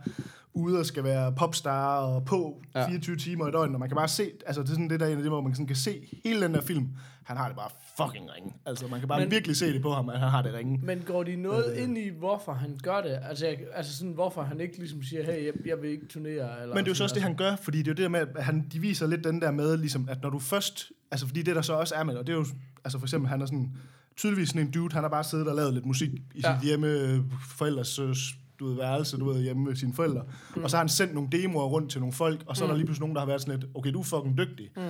ude og skal være popstar og på Ja. 24 timer i døgnet, og man kan bare se, altså det er sådan det der en af det, hvor man sådan kan se hele den der film, han har det bare fucking ringe. Altså man kan bare Men, Men- virkelig se det på ham, at han har det ringe. Men går de noget ind i, hvorfor han gør det? Altså, jeg, altså sådan, hvorfor han ikke ligesom siger, hey, jeg, jeg vil ikke turnere? Eller Men det er jo så sådan, også altså. det, han gør, fordi det er jo det der med, at han, de viser lidt den der med, ligesom, at når du først... Altså, fordi det der så også er med, og det er jo... Altså, for eksempel, han er sådan... Tydeligvis sådan en dude, han har bare siddet og lavet lidt musik i ja. Ja. sit hjemme øh, forældres øh, du ved, værelse, du ved, hjemme med sine forældre. Mm. Og så har han sendt nogle demoer rundt til nogle folk, og så Mm. er der lige pludselig nogen, der har været sådan lidt, okay, du er fucking dygtig. Mm.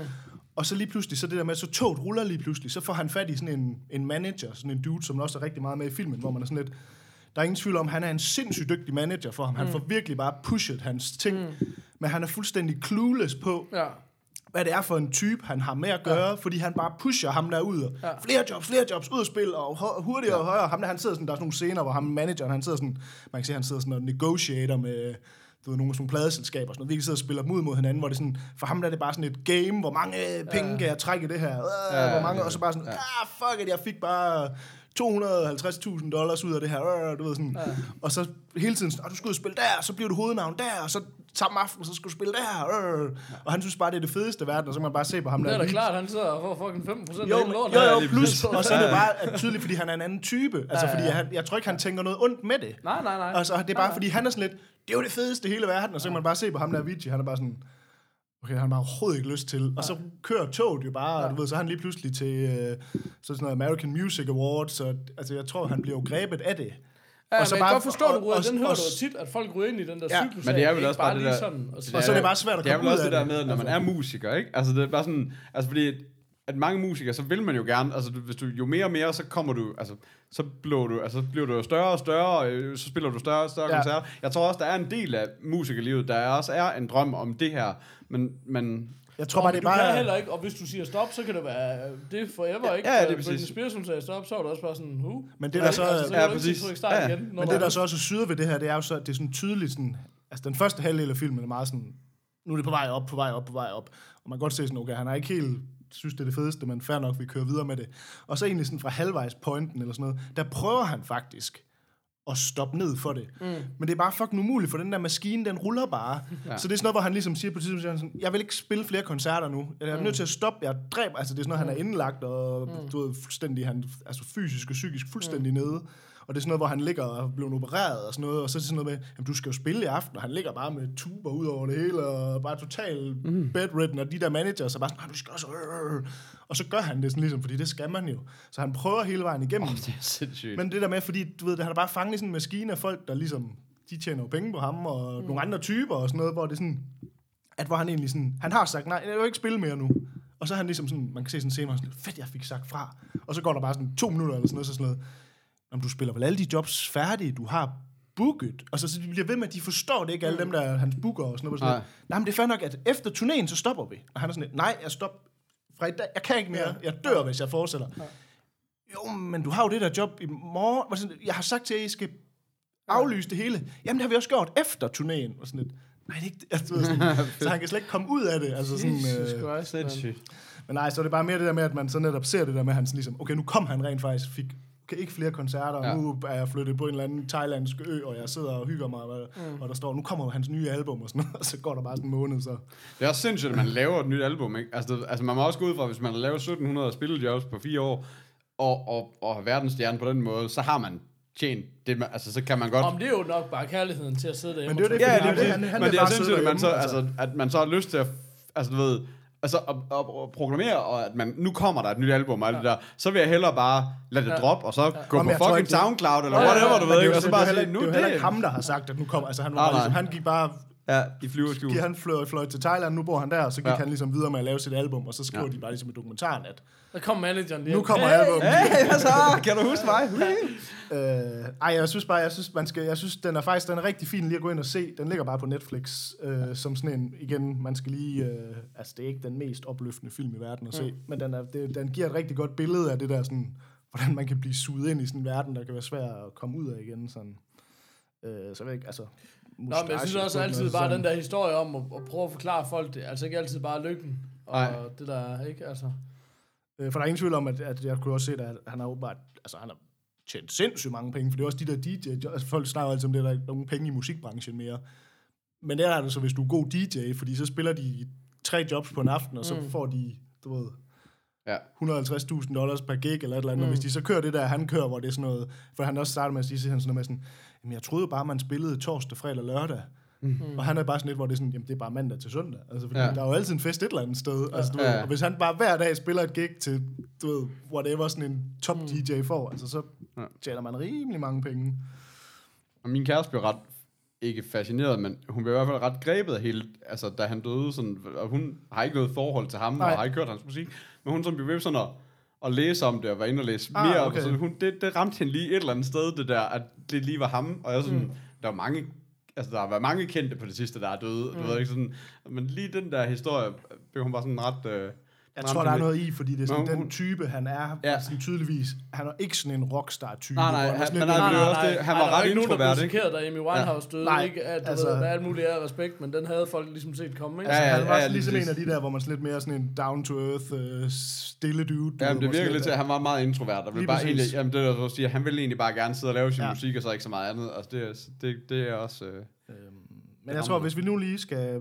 Og så lige pludselig, så det der med, så toget ruller lige pludselig, så får han fat i sådan en, en manager, sådan en dude, som også er rigtig meget med i filmen, hvor man er sådan lidt, der er ingen tvivl om, han er en sindssygt dygtig manager for ham. Han mm. får virkelig bare pushet hans ting. Mm. Men han er fuldstændig clueless på, Ja, hvad det er for en type, han har med at gøre, ja. fordi han bare pusher ham derude. Ja. Ja. Flere jobs, flere jobs, ud at spille, og hø- hurtigere og højere. Ham der, han sidder sådan, der er sådan nogle scener, hvor ham manageren, han sidder sådan, man kan se, han sidder sådan og negotiater med du ved, nogle sådan nogle pladeselskaber og sådan noget, virkelig sidder og spiller dem ud mod hinanden, hvor det sådan, for ham der er det bare sådan et game, hvor mange øh, penge ja. kan jeg trække i det her, øh, ja, hvor mange, og så bare sådan, ah, fuck it, jeg fik bare 250.000 dollars ud af det her, øh, du ved sådan, ja. og så hele tiden sådan, "Ah, du skal ud og spille der, så bliver du hovednavn der, og så samme aften, så skal du spille der, øh. og han synes bare, det er det fedeste i verden, og så kan man bare se på ham det der. er da klart, han sidder og får fucking 5% af Jo, hele men- lortet. jo, Ja, jo, lige plus, præcis. og så er det bare at tydeligt, fordi han er en anden type, altså fordi han, jeg tror ikke, han tænker noget ondt med det. Nej, nej, nej. Og så er det er bare, fordi han er sådan lidt, det er jo det fedeste i hele verden, og så kan man bare se på ham der Avicii, han er bare sådan, okay, han har bare overhovedet ikke lyst til, og så kører toget jo bare, og du ved, så er han lige pludselig til øh, så sådan noget American Music Awards, så altså, jeg tror, han bliver jo grebet af det. Ja, og og så så men bare- jeg kan godt forstå, og- du ryger, og- den hører og- du jo tit, at folk ryger ind i den der Ja, cyklus. Men det er af, vel også ikke bare det lige der... sådan. Og Og så er det bare svært at Det er komme vel ud også af det der det. med, at når man er musiker, ikke? Altså, det er bare sådan... Altså, fordi at- at mange musikere, så vil man jo gerne, altså du- hvis du, jo mere og mere, så kommer du, altså, så bliver du, altså, så bliver du jo større og større, og øh, så spiller du større og større Ja. ja. koncerter. Jeg tror også, der er en del af musikerlivet, der også er en drøm om det her, men, men [LAUGHS] Jeg tror bare, det er du kan bare... heller ikke, og hvis du siger stop, så kan det være øh, det er forever, ikke? ja, det er Så præcis. Britney Spears, hun sagde stop, så var det også bare sådan, hu. Men det, der så- Altså, så kan ja, du ikke præcis. sige, du ikke starter Ja, ja. igen. når Men du det, der er- så også er syret ved det her, det er jo så, at det er sådan tydeligt sådan, altså den første halvdel af filmen er meget sådan, nu er det på vej op, på vej op, på vej op. Og man kan godt se sådan, okay, han har ikke helt synes, det er det fedeste, men fair nok, vi kører videre med det. Og så egentlig sådan fra halvvejs pointen eller sådan noget, der prøver han faktisk at stoppe ned for det. Mm. Men det er bare fucking umuligt, for den der maskine, den ruller bare. Ja. Så det er sådan noget, hvor han ligesom siger på et tidspunkt, siger han sådan, jeg vil ikke spille flere koncerter nu. Jeg er nødt til at stoppe, jeg dræber. Altså det er sådan noget, han er indlagt, og du ved, fuldstændig, han, altså fysisk og psykisk fuldstændig mm. nede. Og det er sådan noget, hvor han ligger og bliver opereret og sådan noget, og så er det sådan noget med, jamen du skal jo spille i aften, og han ligger bare med tuber ud over det hele, og bare total mm. bedridden, og de der managers er bare sådan, "Ah, du skal også, øh, øh." og så gør han det sådan ligesom, fordi det skal man jo. Så han prøver hele vejen igennem. det er sindssygt. Men det der med, fordi du ved, han er bare fanget i sådan en maskine af folk, der ligesom, de tjener jo penge på ham, og mm. nogle andre typer og sådan noget, hvor det er sådan, at hvor han egentlig sådan, han har sagt, nej, jeg vil ikke spille mere nu. Og så er han ligesom sådan, man kan se sådan senere, han er sådan, fedt, jeg fik sagt fra. Og så går der bare sådan to minutter eller sådan noget, så sådan noget, om du spiller vel alle de jobs færdige, du har booket. Og så, så de bliver ved med, at de forstår det ikke, alle dem, der er hans booker og sådan noget. Og sådan Nej. nej. nej, men det er fair nok, at efter turnéen, så stopper vi. Og han er sådan lidt, nej, jeg stopper fra i dag. Jeg kan ikke mere. Jeg dør, hvis jeg fortsætter. Jo, men du har jo det der job i morgen. Og sådan, Jeg har sagt til jer, I skal aflyse det hele. Jamen, det har vi også gjort efter turnéen. Og sådan lidt, nej, det er ikke det. Altså, du ved, sådan, så han kan slet ikke komme ud af det. Altså, sådan, Jesus øh, Christ, mand. sindssygt. men nej, så er det bare mere det der med, at man så netop ser det der med, at han sådan ligesom, okay, nu kom han rent faktisk, fik kan ikke flere koncerter, Ja. ja. nu er jeg flyttet på en eller anden thailandsk ø, og jeg sidder og hygger mig, og, mm. og der står, nu kommer hans nye album, og, sådan, noget, [LAUGHS] og så går der bare sådan en måned, så... Det er også sindssygt, at man laver et nyt album, ikke? Altså, det, altså man må også gå ud fra, hvis man laver 1700 spillejobs på fire år, og, og, og er verdensstjerne på den måde, så har man tjent det, man, altså så kan man godt... Om det er jo nok bare kærligheden til at sidde derhjemme. Men det er og tro- ja, jo det, fordi det, det, han- han, han men vil det er bare sindssygt, sidde at man, så, derhjemme, altså, at man så har lyst til at, altså du ved, altså at, at, at programmere, og at man, nu kommer der et nyt album og alt det der, så vil jeg hellere bare lade det droppe, og så gå Jamen, på jeg tror fucking ikke, det- SoundCloud, eller Ja, ja, whatever, ja, du men ved, det ikke? er jo- Og så det er bare jo heller sige, ikke- nu det. er det... jo heller ikke ham, der har sagt, at nu kommer... Altså, han, var Nej, bare ligesom, nej. han gik bare... Ja, i flyverskjul. [LAUGHS] Gik han fløj, fløj til Thailand, nu bor han der, og så gik Mm. Ja. ja. han ligesom videre med at lave sit album, og så skriver Ja. ja. de bare ligesom i dokumentaren, at Der kom manageren lige. nu ind. kommer hey, albumet. Hey, hvad så? Kan du huske mig? Øh, ej, jeg synes bare, jeg synes, man skal, jeg synes, den er faktisk den er rigtig fin lige at gå ind og se. Den ligger bare på Netflix, øh, som sådan en, igen, man skal lige, øh, altså det er ikke den mest opløftende film i verden at se, men den, er, det, den giver et rigtig godt billede af det der sådan, hvordan man kan blive suget ind i sådan en verden, der kan være svær at komme ud af igen, sådan. Øh, så ved jeg ikke, altså... Nå, men jeg synes også altid bare den der historie om at, at prøve at forklare folk det. Altså ikke altid bare lykken. Og Nej. det der, ikke? Altså, Øh, for der er ingen tvivl om, at, at jeg kunne også se, at han har åbenbart, altså han har tjent sindssygt mange penge, for det er også de der DJ, altså folk snakker altid om det, at der ikke er nogen penge i musikbranchen mere. Men der er det så, hvis du er god DJ, fordi så spiller de tre jobs på en aften, og så mm. får de, du ved, Ja. 150.000 dollars per gig eller et eller andet. Mm. Hvis de så kører det der, han kører, hvor det er sådan noget... For han også starter med at sige sådan noget med sådan, jamen jeg troede jo bare, man spillede torsdag, fredag og lørdag. Mm. Og han er bare sådan lidt, hvor det er sådan, jamen det er bare mandag til søndag. Altså, fordi Ja. ja. der er jo altid en fest et eller andet sted. Altså, du ja. Ja. ved, og hvis han bare hver dag spiller et gig til, du ved, whatever sådan en top mm. DJ får, altså så Ja. tjener man rimelig mange penge. Og min kæreste blev ret, ikke fascineret, men hun blev i hvert fald ret grebet af hele, altså da han døde, sådan, og hun har ikke noget forhold til ham, Nej. Nej. og har ikke hørt hans musik, men hun som blev ved sådan at, at læse om det, og var inde og læse mere, Ah, ah, okay. okay. og så hun, det, det ramte hende lige et eller andet sted, det der, at det lige var ham, og jeg sådan, mm. der var mange, altså der har været mange kendte på det sidste, der er døde, mm. du ved ikke sådan, men lige den der historie, blev hun bare sådan ret... Øh, Jeg tror, der er noget i, fordi det er sådan, Men hun- den type, han er, Ja. ja. sådan tydeligvis, han er ikke sådan en rockstar-type. Nej, nej, hvor han er han- sådan men lidt- han- det er jo også det. Han var der er ret ikke nogen, der introvert, blev ikke? chokeret, da Amy Winehouse døde. Nej, ikke? At, altså, altså- ved, med alt muligt af respekt, men den havde folk ligesom set komme. Ikke? Ja, Altså, Ja, han var ja, ja, lige ligesom præcis. en af de der, hvor man sådan lidt mere sådan en down-to-earth, øh, stille dude. du Ja, ved, men det hvor sådan virker lidt til, at at- han var meget introvert. Og ville Lige bare præcis. egentlig, jamen, det er der, så siger, han ville egentlig bare gerne sidde og lave sin ja. Ja. musik, og så ikke så meget andet. Altså, det, er- det, det er også... Øh, Øhm, Men jeg tror, hvis vi nu lige skal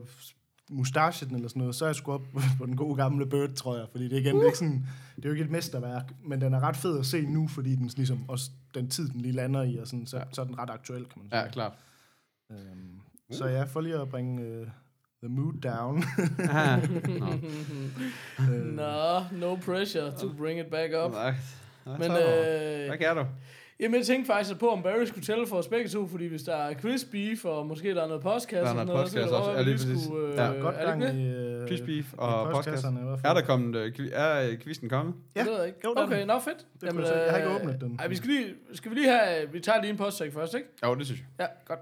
mustachen eller sådan noget, så er jeg sgu op [LAUGHS] på den gode gamle Bird, tror jeg. Fordi det er, igen, det er, ikke sådan, det er jo ikke et mesterværk, men den er ret fed at se nu, fordi den, ligesom, også den tid, den lige lander i, og sådan, så, Ja. ja. så er den ret aktuel, kan man sige. ja, klart. Øhm, så ja, for lige at bringe øh, the mood down. Ah, Nå, no pressure to bring it back up. nej. Hvad Men så? øh, Hvad kan du? jamen, jeg tænkte faktisk på, om Barry skulle tælle for os begge to, fordi hvis der er quiz beef, og måske der er noget podcast, Der er og sådan noget noget, så kan podcast det godt være, at vi også. Ja, lige lige præcis. skulle... Øh, Ja. ja, Godt er det gang ikke det? i, øh, Peace Beef i og podcast. postkasserne i hvert fald. Er der kommet... Øh, kvi- er øh, quizzen kommet? Ja. Ja. Det ved jeg ikke. Jo, den- okay, nå fedt. øh, kunne jeg så- jeg har ikke åbnet den. Ej, vi skal, lige, skal vi lige have... Vi tager lige en postsæk først, ikke? Jo, det synes jeg. Ja, godt.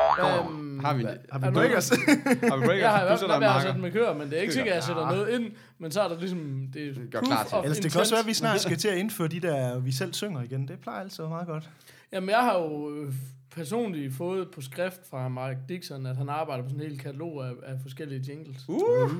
Øhm, Har vi, Har Er vi du- breakers? har vi breakers? jeg har i du hvert fald sætter ladt en være at marker. sætte med køer, men det er ikke sikkert, at jeg sætter Ja. noget ind. Men så er der ligesom... Det er Gør proof klar til. of Ellers det kan også være, at intent. [LAUGHS] vi snart skal til at indføre de der, vi selv synger igen. Det plejer altid at være meget godt. Jamen, jeg har jo øh, personligt fået på skrift fra Mark Dixon, at han arbejder på sådan en hel katalog af, af forskellige jingles. Uh,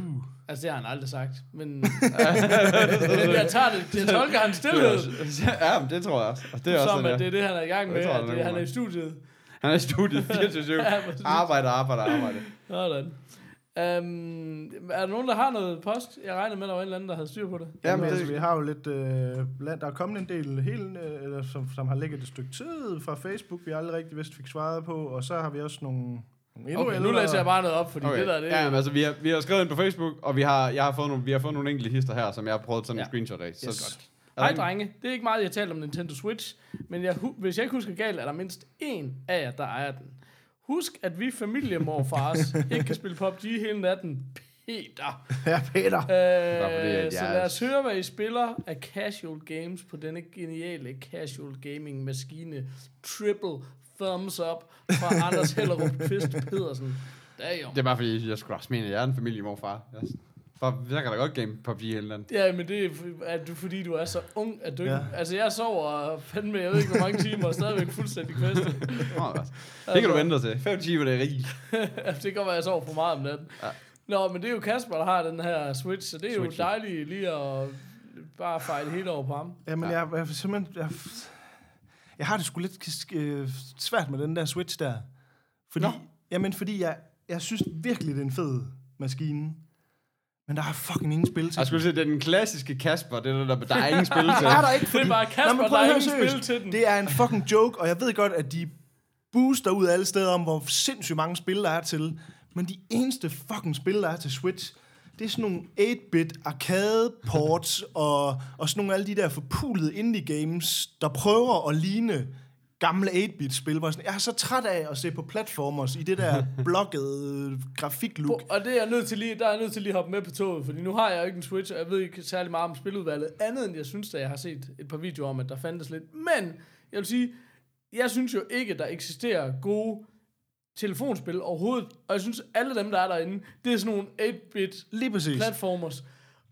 Altså, det har han aldrig sagt, men... [LAUGHS] men jeg tager det, jeg tolker hans det er stillhed, også, [LAUGHS] ja, men det tror jeg også. Og det er også som at sådan, det er det. det, han er i gang med, tror jeg, at det det, er han er i meget. studiet. [LAUGHS] Han er i studiet 24 Arbejder, arbejder, arbejder. Sådan. Um, er der nogen, der har noget post? Jeg regnede med, at der var en eller anden, der havde styr på det. Jamen, Jamen, Jamen, altså, det, vi har jo lidt... Øh, blandt, der er kommet en del, hele, øh, eller som, som har ligget et stykke tid fra Facebook, vi aldrig rigtig vidste fik svaret på, og så har vi også nogle... nogle endnu Okay, nu ældre- læser jeg bare noget op, fordi okay. Okay. det der, det ja, jamen, altså, vi har, vi har skrevet ind på Facebook, og vi har, jeg har fået nogle, vi har fået nogle enkelte hister her, som jeg har prøvet at tage ja. en screenshot af. Så Yes. godt. Hej drenge, det er ikke meget, jeg har talt om Nintendo Switch, men jeg, hu- hvis jeg ikke husker galt, er der mindst én af jer, der ejer den. Husk, at vi familiemorfars ikke kan spille PUBG hele natten. Peter. Ja, Peter. fordi, at Øh, jeg så er- lad os høre, hvad I spiller af casual games på denne geniale casual gaming maskine. Triple thumbs up [LAUGHS] fra Anders Hellerup Kvist Pedersen. Damn. Det er bare fordi, jeg skulle også mene, at jeg er en familie, morfar. Jeg, for jeg kan da godt game PUBG eller andet. Ja, men det er, f- at du, fordi du er så ung, at du ikke... Ja. Altså, jeg sover fandme, jeg ved ikke, hvor mange timer, og stadigvæk fuldstændig [LAUGHS] kvæstet. Nå, [LAUGHS] altså. Det kan du vente dig til. 5 timer, det er rigtigt. Jamen, Altså, det kan godt være, jeg sover for meget om natten. Ja. Ja. Nå, men det er jo Kasper, der har den her Switch, så det er Switchen. jo dejligt lige at bare fejle helt over på ham. Jamen, jeg, jeg, simpelthen, jeg, Jeg har det sgu lidt k- øh, svært med den der Switch der. Fordi, Nå. jamen, fordi jeg, jeg synes virkelig, det er en fed maskine. Men der er fucking ingen spil til. Altså, Jeg skulle sige, det er den klassiske Kasper, det er der, der er ingen spil [LAUGHS] til. er der ikke, Det er bare Kasper, Nå, men der prøv at er høre ingen seriøst. spil til den. Det er en fucking joke, og jeg ved godt, at de booster ud alle steder om, hvor sindssygt mange spil der er til. Men de eneste fucking spil, der er til Switch, det er sådan nogle 8-bit arcade [LAUGHS] ports og, og sådan nogle alle de der forpulede indie games, der prøver at ligne gamle 8-bit spil. Hvor jeg, sådan, jeg er så træt af at se på platformers i det der [LAUGHS] blokkede grafiklook. Og det er jeg nødt til lige, der er jeg nødt til lige at hoppe med på toget, fordi nu har jeg jo ikke en Switch, og jeg ved ikke særlig meget om spiludvalget, andet end jeg synes, at jeg har set et par videoer om, at der fandtes lidt. Men jeg vil sige, jeg synes jo ikke, at der eksisterer gode telefonspil overhovedet, og jeg synes, alle dem, der er derinde, det er sådan nogle 8-bit Lige præcis. platformers.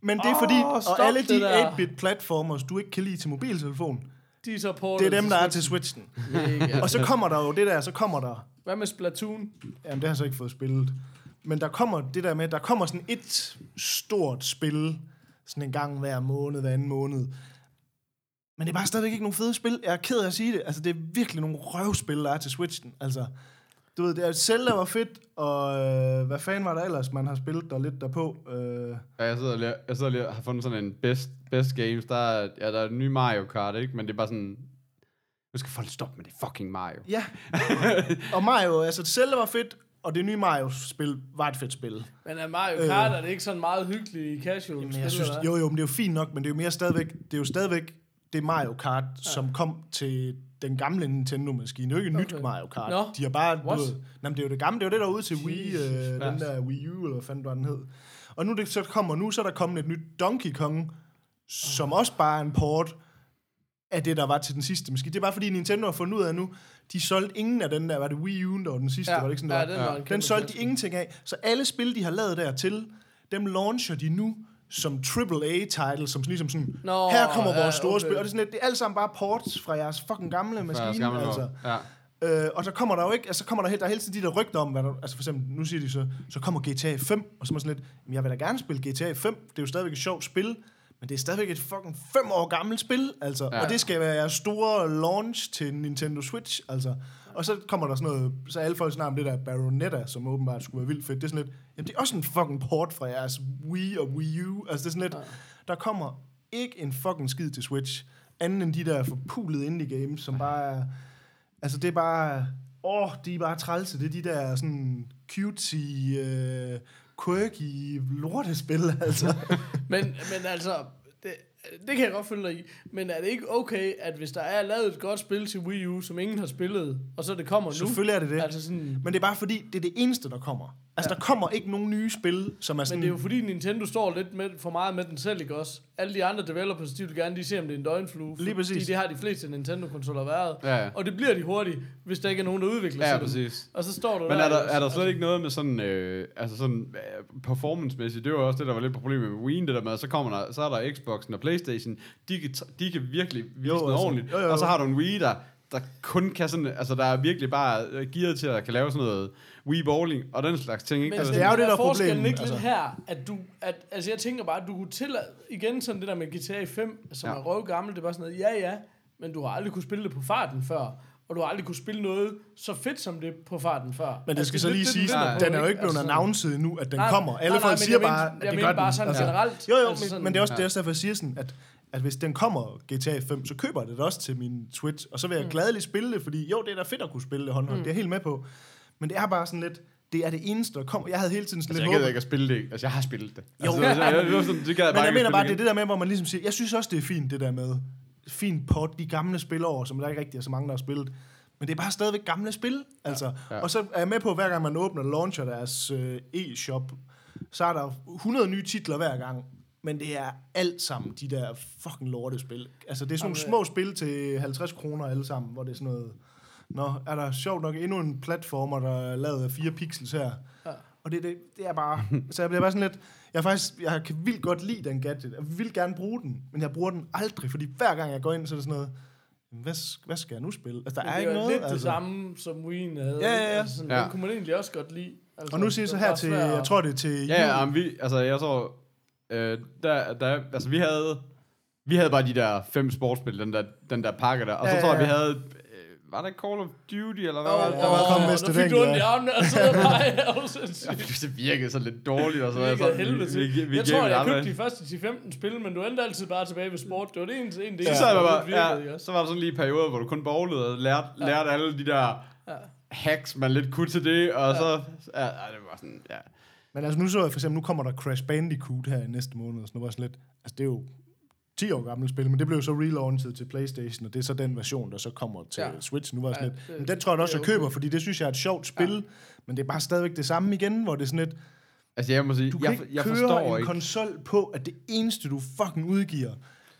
Men det er fordi, Åh, stop og alle det de der. 8-bit platformers, du ikke kan lide til mobiltelefon, De er så Det portet er dem, der er Switch. til Switchen. Mega. Og så kommer der jo det der, så kommer der... Hvad med Splatoon? Jamen, det har jeg så ikke fået spillet. Men der kommer det der med, der kommer sådan et stort spil, sådan en gang hver måned, hver anden måned. Men det er bare stadigvæk ikke nogen fede spil. Jeg er ked af at sige det. Altså, det er virkelig nogle røvspil, der er til Switchen. Altså, du ved, det er Zelda var fedt, og øh, hvad fanden var der ellers, man har spillet der lidt derpå? Øh, Ja, jeg sidder lige, jeg sidder lige og har fundet sådan en best, best games. Der er, ja, der er en ny Mario Kart, ikke? Men det er bare sådan... Nu skal folk stoppe med det fucking Mario. ja. og Mario, altså Zelda var fedt, og det nye Mario-spil var et fedt spil. Men er Mario Kart, øh. er det ikke sådan meget hyggeligt casual Men spil, jeg synes, eller hvad? jo, jo, men det er jo fint nok, men det er jo mere stadigvæk, det er jo stadigvæk det Mario Kart, ja. som kom til den gamle Nintendo-maskine. Det er jo ikke okay. nyt Mario Kart. Nå. De har bare... What? Du ved, nej, men det er jo det gamle, det er jo det der ude til Wii, øh, den Christ. der Wii U, eller hvad fanden var den hed. Og nu det så kommer, nu så er der kommet et nyt Donkey Kong, Ah. som også bare er en port af det, der var til den sidste maskine. Det er bare fordi Nintendo har fundet ud af nu, de solgte ingen af den der, var det Wii U'en, der var den sidste, Ja, var det ikke sådan, ja, der? den var en den, kæmpe den solgte de fiasko. ingenting af. Så alle spil, de har lavet dertil, dem launcher de nu som AAA-title, som sådan ligesom sådan, Nå, Nå, her kommer ja, vores store okay. spil. Og det er sådan lidt, det er alt sammen bare ports fra jeres fucking gamle Ja, maskine. skal man altså. altså. Ja. Øh, og så kommer der jo ikke, altså så kommer der, he- der er hele tiden de der rygter om, hvad der, altså for eksempel, nu siger de så, så kommer GTA 5, og så er man sådan lidt, "Men jeg vil da gerne spille GTA 5, det er jo stadigvæk et sjovt spil, men det er stadigvæk et fucking fem år gammelt spil, altså, ja. og det skal være jeres store launch til Nintendo Switch, altså. Og så kommer der sådan noget, så er alle folk snakker om det der Baronetta, som åbenbart skulle være vildt fedt, det er sådan lidt, jamen det er også en fucking port fra jeres Wii og Wii U, altså det er sådan lidt, der kommer ikke en fucking skid til Switch, anden end de der forpulede indie games, som bare er, Altså, det er bare... Åh, de er bare trælse. Det er de der sådan cutie, øh, quirky lortespil, [LAUGHS] [LAUGHS] altså. Men, men altså, det, det kan jeg godt følge dig i. Men er det ikke okay, at hvis der er lavet et godt spil til Wii U, som ingen har spillet, og så det kommer nu? Selvfølgelig er det det. Altså sådan, Men det er bare fordi, det er det eneste, der kommer. Altså, ja. der kommer ikke nogen nye spil, som er men sådan... det er jo fordi Nintendo står lidt med, for meget med den selv, ikke også? Alle de andre developers, de vil gerne lige se, om det er en døgnflue. Lige præcis. Fordi det har de fleste Nintendo-konsoller været. Ja, ja. Og det bliver de hurtigt, hvis der ikke er nogen, der udvikler Ja, sig. præcis. Og så står du Men der. er der, ikke er der også? slet ikke noget med sådan, øh, altså sådan øh, performance-mæssigt? Det var også det, der var lidt problemet med Wii'en, det der med, at så, kommer der, så er der Xboxen og Playstation, de kan, t- de kan virkelig vise noget altså, ordentligt, jo, jo, jo. og så har du en Wii, der, der kun kan sådan, altså der er virkelig bare øh, gearet til at kan lave sådan noget Wii Bowling og den slags ting, ikke? Men altså, altså, det er jo det, der er forskellen problemet, ikke altså. lidt her, altså. at du, at, altså jeg tænker bare, at du kunne tillade, igen sådan det der med GTA 5, som ja. Ja. er røvgammel, det er bare sådan noget, ja ja, men du har aldrig kunne spille det på farten før, og du har aldrig kunne spille noget så fedt som det på farten før. Altså, Men det skal så lige sige, siges, at den er jo ikke blevet announcet endnu, at den altså- Nej, kommer. Alle nej, nej, folk men siger jeg bare, mente- at jeg det mente gør bare den. sådan generelt. Jo, jo, Altså men, sådan- men det er også, Ja. det er også derfor, jeg siger sådan, at, at hvis den kommer GTA 5, så køber jeg det da også til min Twitch, og så vil jeg mm. gladeligt spille det, fordi jo, det er da fedt at kunne spille det håndholdt, mm. det er jeg helt med på. Men det er bare sådan lidt, det er det eneste, der kommer. Jeg havde hele tiden sådan Altså, lidt jeg gider håbet- ikke at spille det. Altså, jeg har spillet det. Jo. altså, det, var- jeg, det, var sådan, det gad jeg Men bare ikke at jeg mener spille bare, det er igen. det der med, hvor man ligesom siger, jeg synes også, det er fint, det der med fint pot, de gamle spil over, som der ikke rigtig er så mange, der har spillet. Men det er bare stadigvæk gamle spil. Altså. Ja. Ja. Og så er jeg med på, at hver gang man åbner og launcher deres øh, e-shop, så er der 100 nye titler hver gang. Men det er alt sammen de der fucking lortespil. Altså, det er sådan nogle øh. små spil til 50 kroner alle sammen, hvor det er sådan noget... Nå, er der sjovt nok endnu en platformer, der er lavet af fire pixels her. Ja. Og det, det, det er bare... så jeg bliver bare sådan lidt... Jeg, er faktisk, jeg kan vildt godt lide den gadget. Jeg vil gerne bruge den, men jeg bruger den aldrig, fordi hver gang jeg går ind, så er det sådan noget... Hvad, sk- hvad skal jeg nu spille? Altså, der det er er ikke jo noget. lidt det altså. samme, som Wien havde. Ja, ja, ikke? ja. Altså, sådan, Ja. Den kunne man egentlig også godt lide. Altså, Og nu siger jeg så den her var til... svær at- Jeg tror, det er til Ja, ja, men vi, altså, jeg tror, øh, der, der, altså, vi havde Vi havde bare de der fem sportsspil, den der, den der pakke der. Og så Ja, tror jeg, ja, vi ja. havde... Øh, var det Call of Duty, eller hvad var [LAUGHS] det? der var kommet vist der et fik du enkelt ondt i af. armen, og så [LAUGHS] var jeg sindssygt. Det virkede så lidt dårligt, og så var jeg Det er sådan, helvede til. vi, vi, vi jeg tror, jeg købte de de første 10-15 spil, men du endte altid bare tilbage ved sport. Det var det eneste, en del. så, sad jeg bare, ja, så var der sådan lige perioder, hvor du kun bowlede og lærte, lærte alle de der hacks, man lidt kunne til det, og så... Ja, ja, det var sådan, ja. Men altså nu så jeg for eksempel, nu kommer der Crash Bandicoot her i næste måned, og sådan noget, hvor jeg sådan lidt, altså det er jo 10 år gammelt spil, men det blev jo så relaunchet til Playstation, og det er så den version, der så kommer til Ja. ja. Switch. Nu var jeg sådan Ja, lidt, det- men den tror jeg da også, det jeg er køber, fordi det synes jeg er et sjovt spil, men det er bare stadigvæk det samme igen, hvor det er sådan lidt, Altså, jeg må sige, du kan jeg, ikke jeg køre forstår en ikke. konsol på, at det eneste, du fucking udgiver,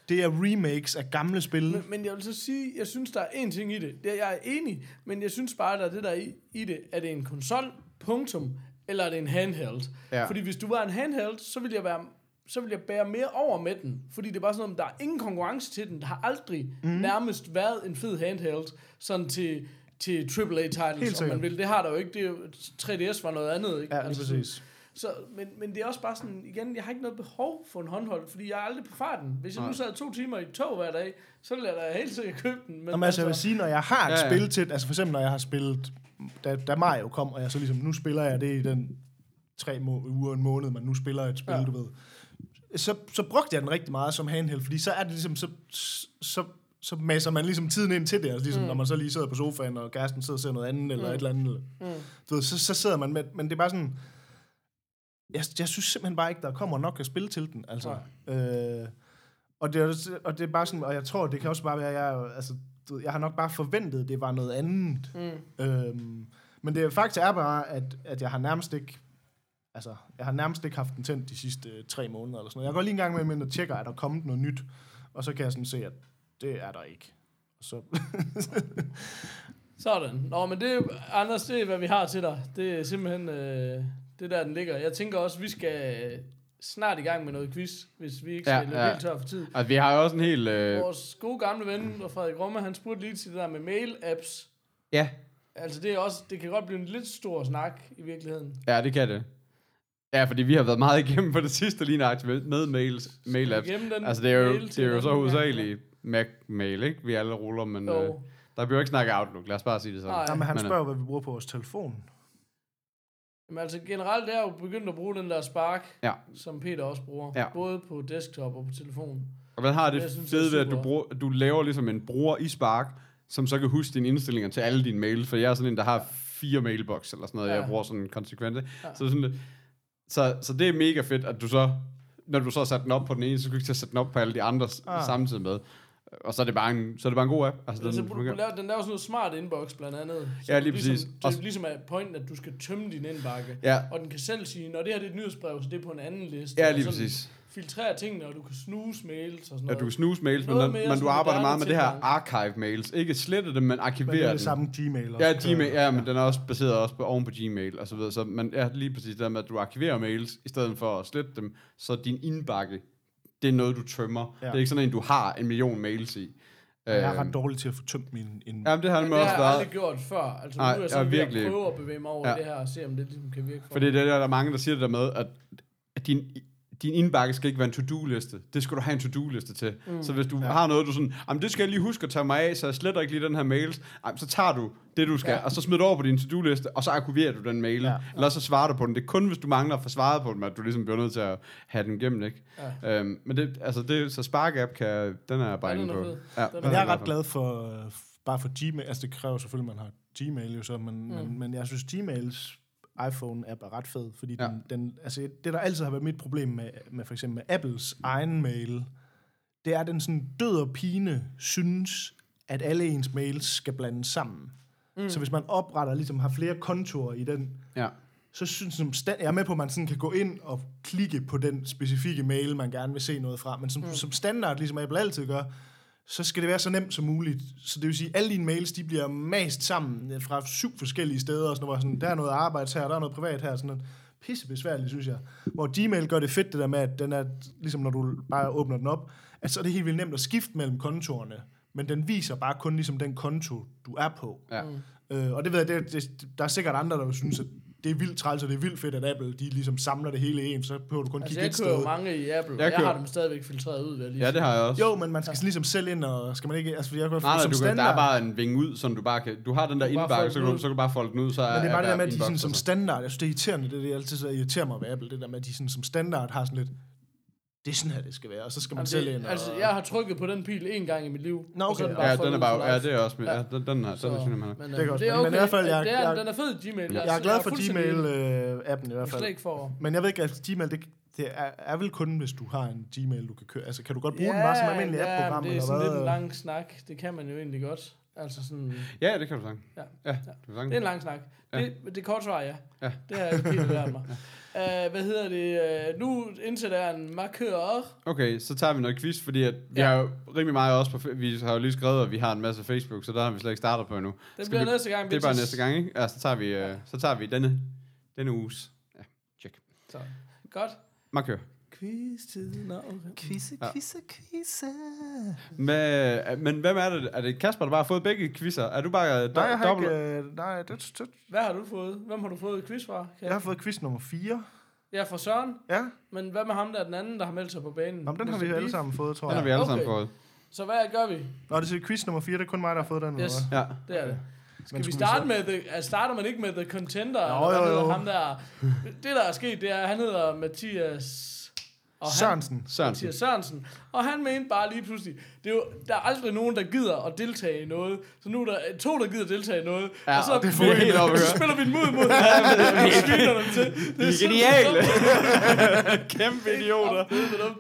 det er remakes af gamle spil. Men, men jeg vil så sige, jeg synes, der er én ting i det. det er, jeg er enig, men jeg synes bare, der er det der er i, i det. Er det en konsol, punktum, eller er det en handheld? Ja. Fordi hvis du var en handheld, så ville jeg være så vil jeg bære mere over med den. Fordi det er bare sådan noget, der er ingen konkurrence til den. Der har aldrig Mhm. mm. nærmest været en fed handheld, sådan til, til AAA-titles, om sikkert. man vil. Det har der jo ikke. Det er jo, 3DS var noget andet, ikke? Altså, Ja, lige præcis. Så, men, men det er også bare sådan, igen, jeg har ikke noget behov for en håndholdt, fordi jeg er aldrig på farten. Hvis jeg nu sad to timer i et tog hver dag, så ville jeg da helt sikkert købe den. Men Nå, men altså, jeg vil sige, når jeg har et Ja, ja, ja. ja. spil til, altså for eksempel når jeg har spillet, da, da Mario kom, og jeg så ligesom, nu spiller jeg det i den tre må- uger og en måned, men nu spiller jeg et spil, Ja. ja. du ved. Så, så brugte jeg den rigtig meget som handheld, fordi så er det ligesom, så, så, så masser man ligesom tiden ind til det, altså ligesom mm. når man så lige sidder på sofaen, og kæresten sidder og ser noget andet, eller mm. et eller andet. Eller, mm. du ved, så, så sidder man med, men det er bare sådan, jeg, jeg synes simpelthen bare ikke, der kommer nok at spille til den, altså. Øh, og det, er, også- og det er bare sådan, og jeg tror, det kan også bare være, at jeg, altså, du ved, jeg har nok bare forventet, det var noget andet. Mm. Øhm, men det faktisk er bare, at, at jeg har nærmest ikke, altså, jeg har nærmest ikke haft den tændt de sidste øh, tre måneder eller sådan noget. Jeg går lige en gang med, men og tjekker, er der kommet noget nyt? Og så kan jeg sådan se, at det er der ikke. Så, [LAUGHS] Sådan. Nå, men det, Anders, det er, hvad vi har til dig. Det er simpelthen, øh, det er der, den ligger. Jeg tænker også, vi skal snart i gang med noget quiz, hvis vi ikke Ja, skal løbe ja. helt tør for tid. Altså, vi har jo også en hel... Øh, Vores gode gamle ven, Frederik Romme, han spurgte lige til det der med mail-apps. ja, Altså, det, er også, det kan godt blive en lidt stor snak i virkeligheden. Ja, det kan det. Ja, fordi vi har været meget igennem på det sidste lige nøjagtigt med, med mails, mail apps. igennem den Altså, det er jo, mail det til er jo så den? hovedsageligt Mac-mail, ikke? Vi alle ruller, men øh, Jo. der bliver jo ikke snakket Outlook. Lad os bare sige det sådan. Nej. ja, men han Men, øh, spørger, hvad vi bruger på vores telefon. Jamen, altså, generelt er jeg jo begyndt at bruge den der Spark. Ja. som Peter også bruger, Ja. ja. både på desktop og på telefon. Og man har det Jeg synes, det er fede ved, at du, super. bruger, du laver ligesom en bruger i Spark, som så kan huske dine indstillinger til alle dine mails, for jeg er sådan en, der har fire mailbox eller sådan noget, Ja. jeg bruger sådan konsekvente. Så, det er sådan, lidt- så, så det er mega fedt, at du så, når du så har sat den op på den ene, så kan du ikke til at sætte den op på alle de andre ah. samtidig med. Og så er det bare en, så er det bare en god app. Altså, Altså, den, du, du fungerer. laver, den laver sådan noget smart inbox, blandt andet. Så Ja, du lige præcis. Ligesom, det Også- er ligesom er pointen, at du skal tømme din indbakke. Ja. Og den kan selv sige, når det her det er et nyhedsbrev, så det er på en anden liste. Ja, og lige sådan præcis. Filtrere tingene, og du kan snuse mails og sådan Ja, noget. du kan snuse mails, men, Noget men mere du sådan arbejder moderne meget med det her tilgang. archive mails. Ikke slette dem, men Men det arkivere er dem. det samme Gmail. også. Ja, Gmail, ja, men den er også baseret også på oven på Gmail og så videre. Så man er ja, lige præcis det der med, at du arkiverer mails, i stedet for at slette dem, så din indbakke, det er noget, du tømmer. Ja. Ja. Det er ikke sådan en, du har en million mails i. Øhm, Jeg er ret dårlig til at få tømt min... En, Jamen, Øh, det har det det med også har jeg aldrig været. gjort før. Altså, nu er Nej, jeg jeg er sådan virkelig... ved virkelig- at prøve at bevæge mig over Ja. ja. det her, og se om det ligesom kan virke for Fordi det er der, der er mange, der siger det der med, at din, din indbakke skal ikke være en to-do-liste. Det skal du have en to-do-liste til. Mm. Så hvis du ja. har noget, du sådan, jamen det skal jeg lige huske at tage mig af, så jeg sletter ikke lige den her mail, jamen, så tager du det, du skal, ja. og så smider du over på din to-do-liste, og så arkiverer du den mail, ja. eller så svarer du på den. Det er kun, hvis du mangler at få svaret på den, at du ligesom bliver nødt til at have den gennem, ikke? Ja. Øhm, men det, altså det, så Spark App kan, den er jeg bare Ja, inde den er på. fed. Den Men er jeg glad er for. ret glad for, øh, f- bare for Gmail. Altså, det kræver selvfølgelig, at man har Gmail jo så, men, mm. men, men jeg synes, Gmails iPhone-app er ret fed, fordi Ja. ja. den, den, altså, det, der altid har været mit problem med, med for eksempel med Apples egen mail, det er, at den sådan død og pine synes, at alle ens mails skal blandes sammen. Mm. Så hvis man opretter, ligesom har flere kontorer i den, Ja. så synes som stand, jeg er med på, at man sådan kan gå ind og klikke på den specifikke mail, man gerne vil se noget fra, men som, mm. som standard, ligesom Apple altid gør, så skal det være så nemt som muligt. Så det vil sige, at alle dine mails, de bliver mast sammen øh, fra syv forskellige steder, og sådan noget, hvor sådan, der er noget arbejde her, der er noget privat her, sådan noget. Pissebesværligt, synes jeg. Hvor Gmail gør det fedt, det der med, at den er, ligesom når du bare åbner den op, at så er det helt vildt nemt at skifte mellem kontorerne, men den viser bare kun ligesom den konto, du er på. Ja. Mm. Øh, og det ved jeg, det, det, der er sikkert andre, der vil synes, at det er vildt træls, og det er vildt fedt, at Apple de ligesom samler det hele i en, så behøver du kun Altså, kigge jeg et kører sted. jo mange i Apple, jeg, Jeg jeg har køber- dem stadigvæk filtreret ud, vil jeg lige Ja, det har jeg også. Jo, men man skal ligesom selv ind, og skal man ikke... Altså, jeg kunne Nej, nej, som du kan, der standard, er bare en vinge ud, som du bare kan... Du har den der kan bare indbakke, folde så, den kan du- ud. så kan du bare folde den ud, så Men det er bare det der med, at de indbakken sådan, som for sig. standard, jeg synes, det er irriterende, det er det, altid så irriterer mig ved Apple, det der med, at de sådan, som standard har sådan lidt, det er sådan her, det skal være, og så skal man Altså, selv ind. det, og- altså, jeg har trykket på den pil en gang i mit liv. Nå, og så okay. den Ja, fået den er ud bare... for Ja, life. det er også min... Ja, den, den her, den er synes jeg, man har. Men, Det øh, kan også det er være. okay. Men i hvert fald, jeg- det er, jeg- den er fed, Gmail. jeg er glad for altså, øh, Jeg Gmail-appen i er hvert slet fald. ikke for... Men jeg ved ikke, at Gmail, det, det er, er vel kun, hvis du har en Gmail, du kan køre. Altså, kan du godt bruge den bare som almindelig ja, men app-program? det er eller sådan hvad? lidt en lang snak. Det kan man jo egentlig godt. Altså sådan... Ja, det kan du sange. Ja. Ja, du kan sange. Det er en lang snak. Ja. Ja. Det, det korte svar er ja. Ja. Det har jeg helt lært [LAUGHS] mig. Uh, hvad hedder det? Uh, nu indsætter jeg en markør. Okay, så tager vi noget quiz, fordi at vi Ja. har jo rimelig meget også på... fe- Vi har jo lige skrevet, at vi har en masse Facebook, så der har vi slet ikke startet på endnu. Skal Det bliver vi- næste gang. Det er bare bitches. næste gang, ikke? Ja, så tager vi, øh, så tager vi denne, denne uges. Ja, check. Så. Godt. Markør. Quiz-tid. Nå, okay. Quizze, quizze, quizze. Men, men hvem er det? Er det Kasper, der bare har fået begge quizzer? Er du bare do- Nej, jeg har dobbelt? ikke... øh, Nej, det, det, Hvad har du fået? Hvem har du fået quiz fra? Kan jeg har fået quiz nummer 4. Ja, fra Søren. Ja, Men hvad med ham der, den anden, der har meldt sig på banen? Nå, men den har vi Mr. alle Beef? sammen fået, tror Den har vi jeg. alle Okay. sammen fået. Så hvad gør vi? Nå, det er quiz nummer 4, det er kun mig, der har fået den. eller Yes. hvad? Ja. Det er det. Skal Men vi skulle starte så- med, the, altså, starter man ikke med The Contender? eller Jo, hvad jo, hedder jo. Ham der, det, der er sket, det er, at han hedder Mathias... Og Sørensen. Han, Sørensen. Mathias Sørensen. Og han mente bare lige pludselig, det er jo, der er aldrig nogen, der gider at deltage i noget. Så nu er der øh, to, der gider at deltage i noget. Ja, og så, og det får vi helt op at så høre. spiller vi den mod [LAUGHS] mod hinanden, og så sviner dem til. De er [LAUGHS] geniale. Kæmpe idioter. idioter.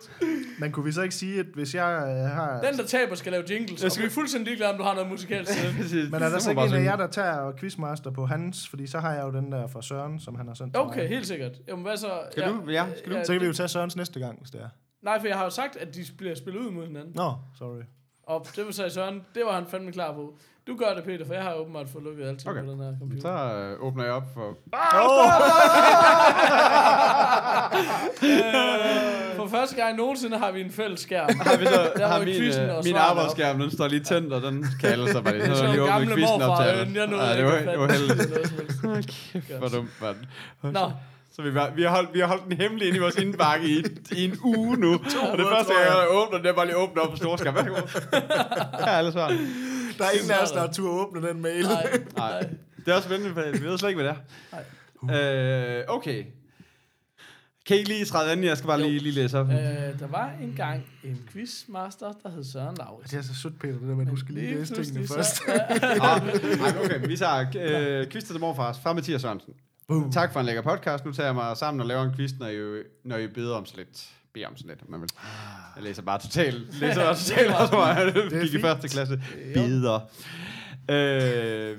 Men kunne vi så ikke sige, at hvis jeg øh, har... Den, der taber, skal lave jingles. Og vi er fuldstændig ligeglade, om du har noget musikalsk til. det. Men er der altså, så ikke en af jer, der tager Quizmaster på hans? Fordi så har jeg jo den der fra Søren, som han har sendt til mig. Okay, helt sikkert. Jamen, hvad så? Skal du? Ja, skal du? Så kan vi jo tage Sørens næste gang, hvis det er. Nej, for jeg har jo sagt, at de bliver spillet ud mod hinanden. Nå, sorry. Og det vil sige Søren, det var han fandme klar på. Du gør det, Peter, for jeg har åbenbart fået lukket alt okay. Okay. på den her Så computer. øh, åbner jeg op for... Øh, For første gang nogensinde har vi en fælles [LAUGHS] skærm. Har vi så, Der har var min, quizzen øh, og min svarene op. arbejdsskærm, den står lige tændt, og den kalder sig bare lige. [LAUGHS] Så Så er der lige åbnet gamle quizzen op morfar, til øh, jeg nåede Ja, det ikke var, at det var fatte [LAUGHS] heldigt. noget som helst. Kæft, hvor dumt, mand. Nå, Så vi, var, vi, har holdt, vi har holdt den hemmelig inde i vores indbakke i, i en uge nu. og det uger, første, tror jeg. gang, jeg åbner den, det er bare lige åbnet op på storskab. [LAUGHS] Ja, alle svar. [LAUGHS] Der er ingen af os, der har tur at åbne den mail. nej. Nej. Det er også spændende, for vi ved slet ikke, hvad det er. Øh, okay. Kan I ikke lige træde an? Jeg skal bare Jo. lige, lige læse op. Øh, der var engang en quizmaster, der hed Søren Lauritsen. [LAUGHS] Det er så sødt, Peter, det der med, at du skal lige læse tingene pludselig først. [LAUGHS] Så, Ah, ej, okay, vi tager øh, quiz til morfars fra Mathias Sørensen. Boom. Tak for en lækker podcast. Nu tager jeg mig sammen og laver en quiz, når I, når I beder om sådan lidt. Beder om sådan lidt, om man vil. Jeg læser bare totalt. Læser bare totalt også mig. Det gik i fint. første klasse. Beder. Øh,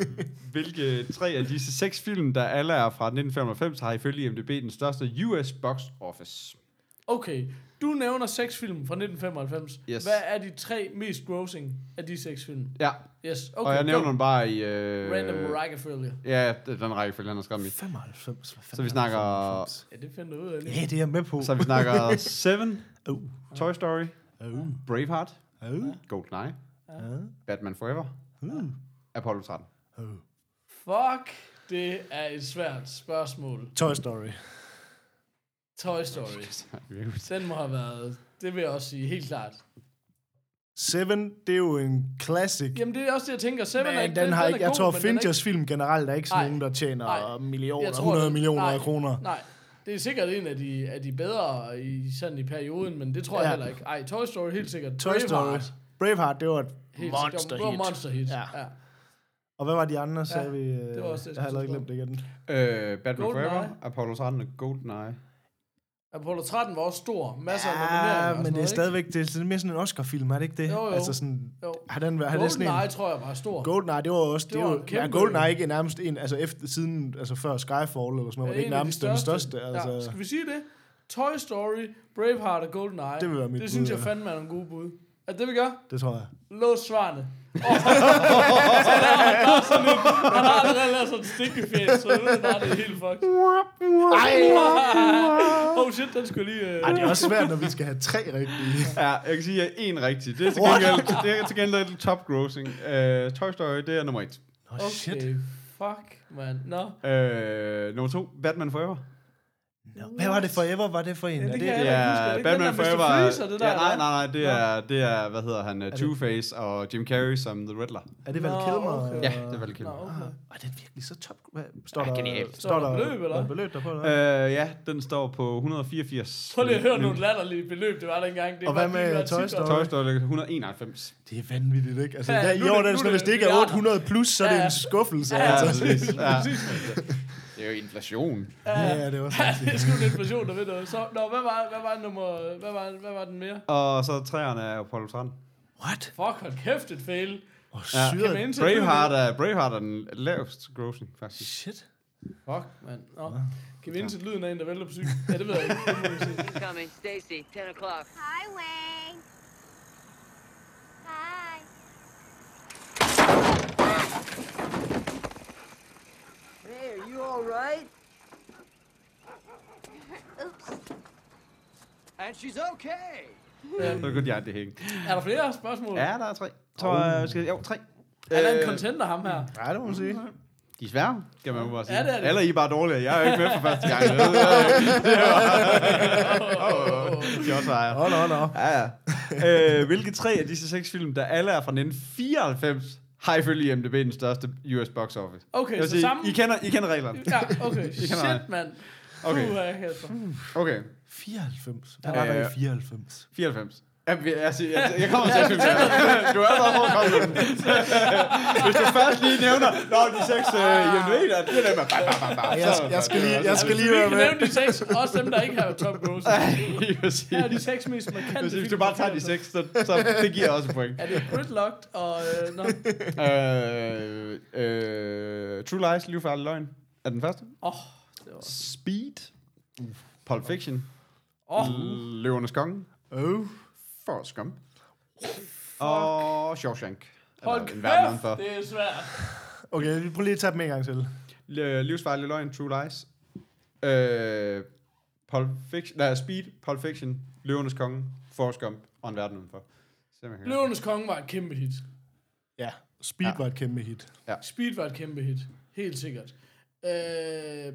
hvilke tre af disse seks film, der alle er fra 1995, har ifølge IMDb den største US box office? okay, du nævner seks film fra 1995. Yes. Hvad er de tre mest grossing af de seks film? Ja, Yes, okay. okay, og jeg nævner go. den bare i... Øh, Random Rockefeller. Ja, det er den rækkefølge, han har skrevet dem i. 95, hvad fanden Så vi er snakker- 95? Ja, det finder du ud af lige. Ja, det er jeg med på. Så vi snakker Seven, Oh, Toy Story, oh, Braveheart, oh, GoldenEye, oh, Batman Forever, Hmm. oh. Apollo [LAUGHS] 13. oh. Fuck, det er et svært spørgsmål. Toy Story. Toy Story. Den må have været, det vil jeg også sige, helt klart. Seven, det er jo en classic. Jamen, det er også det, jeg tænker. Seven er, Men den har er ikke, jeg god, tror, men den er Finchers film generelt er ikke sådan Nej. nogen, der tjener Nej. millioner, Jeg tror, 100 det- millioner nej. af kroner. ikke- Nej, det er sikkert en af de, af de bedre i, sådan i perioden, men det tror jeg Ja. heller ikke. Ej, Toy Story helt sikkert. Toy Story. Braveheart, Braveheart, det var et Helt monster sikkert. Det var hit. monster hit. Ja. Ja. ja. Og hvad var de andre, sagde vi? øh, det var også det, jeg har jeg allerede skulle glemt det igen. Øh, Batman GoldenEye. Forever, Apollo 13 og GoldenEye. Apollo 13 var også stor. Masser af nomineringer og Ja, sådan Ah, men det er noget, stadigvæk det er sådan mere sådan en Oscar-film, er det ikke det? Jo, jo. Altså sådan, Jo. har den været, har Ikke? det sådan GoldenEye en... tror jeg var stor. GoldenEye, det var også... Det, Det det var var, en ja, kæmpe- GoldenEye ikke nærmest en... Altså efter, siden, altså før Skyfall eller sådan noget, var det ikke en af de nærmest den største. Altså, Ja. Skal vi sige det? Toy Story, Braveheart og GoldenEye. Det vil være mit Det synes bud, jeg ja. fandme er nogle gode bud. Er det det, vi gør? Det tror jeg. Lås [LAUGHS] svarene. Oh, [LAUGHS] så der er han bare sådan en, han har allerede lavet sådan en stikkefjæs, så nu er det bare det er helt fucked. Ej! [LAUGHS] oh shit, den skulle lige... Ej, Øh. det er også svært, når vi skal have tre rigtige. Ja, jeg kan sige, at jeg er en rigtig. Det er til What? gengæld, det er til gengæld lidt top grossing. Øh, Toy Story, det er nummer et. Nå, Okay, shit. shit. Fuck, man. Nå. Øh, nummer to, Batman Forever. Hvad var det Forever? Var det for en? Ja, Er det det, kan jeg det, Det heller ikke huske. Er det er ikke den Batman der Mr. Forever. Freeze og det der, ja, nej, eller nej, nej, det er, det er hvad hedder han, uh, Two-Face og Jim Carrey som The Riddler. er det Val Nå, Kilmer? okay. Ja, det er Val Kilmer. Nå, okay. Var det virkelig så top? Hvad, står Ja, der, genialt. Står der beløb, eller? noget beløb der på? Eller? Øh, ja, den står på 184. Prøv lige at høre nogle latterlige beløb, det var dengang. Det Og var hvad med de der Toy titler. Story? Toy Story 191. Det er vanvittigt, ikke? Altså, Ja, ja, nu er det- der, jo, nu det, er er sådan, det hvis det ikke er milliarder. 800 plus, så er det Ja, ja. en skuffelse. Ja, altså. præcis. Ja. Det er jo inflation. Ja, ja, det var Ja, sådan. [LAUGHS] det er sgu en inflation, der ved noget. Så, nå, hvad var, hvad var nummer, hvad var, hvad var den mere? Og så træerne er Apollo 13. What? Fuck, hold kæft, et fail. Åh, oh, Ja. syret. Kan man- Indtil Braveheart er, Braveheart er den lavest grossing, faktisk. Shit. Fuck, mand. Nå. Kan vi indsætte lyden af en, der vælter på cykel? Ja, det ved jeg ikke. Det må vi se. Coming, Stacy, 10 o'clock. Hi, Wang. Hi. Hey, are you all right? Oops. And she's okay. Så kunne jeg det hænge. Er der flere spørgsmål? Ja, der er tre. Tror jeg, skal, jo, tre. Han er Øh, en contender, ham her. Nej, det må man sige. De er svære, kan man jo bare sige. Ja, det er det. Eller I er bare dårlige. Jeg er jo ikke med for første gang. Det også var jeg. Hold, hold, hold. Ja, ja. Øh, hvilke tre af disse seks film, der alle er fra 1994, har ifølge IMDb den største US box office? Okay, Jeg vil så sige, sammen- I kender, I kender reglerne. Ja, okay. Shit, mand. Okay. Puh, jeg Kasper. Okay, 94. Hvad var der i Øh, 94? 94. Jamen, jeg, jeg, jeg, jeg kommer til at synes, jeg, du er allerede hårdt kommet med den. Hvis du først lige nævner, når de seks øh, IMDb, der det er dem, der... Bam, bam, bam, Jeg, jeg, skal lige, jeg skal lige Altså, Vi være kan med. nævne de seks, også dem, der ikke har top [LAUGHS] goals. lige... Her er de seks mest markante Hvis, hvis du film bare fra tager de seks, så, så det giver også et point. 80'erne. Er det Gridlocked og... Øh, nå. øh, øh, True Lies, Liv Farlig Løgn er den første. Åh, det var... Speed, Pulp Fiction, Åh, Løvernes Konge, Oh. Forrest Gump, og Shawshank. hold Eller en verden udenfor. kæft, det er svært. Okay, vi prøver lige at tage dem en gang til. Øh, Livsfarlig Løgn, True Lies, øh, Pulp Fiction, nej, Speed, Pulp Fiction, Løvernes Konge, Forrest Gump og en verden udenfor. Se, om jeg kan- Løvenes Konge var et kæmpe hit. Ja. Speed var et kæmpe hit. Speed var et kæmpe hit. Helt sikkert. Øh,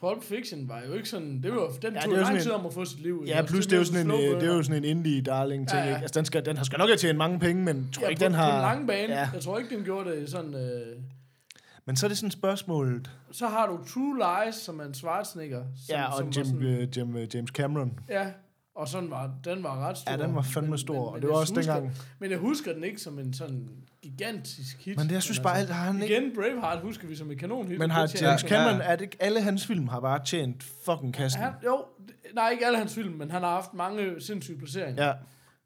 Pulp Fiction var jo ikke sådan... Det var, den det tog er jo lang sådan en- tid om at få sit liv. Altså, Ja, plus det er jo sådan en, øh, det er jo sådan en indie darling ting. Ja, ja. Ja. Altså, den, skal, den har skal nok have tjent mange penge, men tror Ja, ja, på, ikke, den på har... den lange bane. Ja. Ja. Jeg tror ikke, den gjorde det sådan... Øh, Men så er det sådan spørgsmålet. så har du True Lies, som er en Schwarzenegger. Som, Ja, og som var Jim, sådan, øh, Jim, øh, James Cameron. Ja, og sådan var, den var ret stor. Ja, den var fandme stor, og det var jeg også husker, dengang. Men jeg husker den ikke som en sådan gigantisk hit. altså, Men det, jeg synes bare, alt har han ikke... Igen, Braveheart husker vi som et kanonhit. Men Det har tjener James ikke- Cameron, er det ikke alle hans film har bare tjent fucking kassen? Han, jo, d- nej, ikke alle hans film, men han har haft mange sindssyge placeringer. Ja,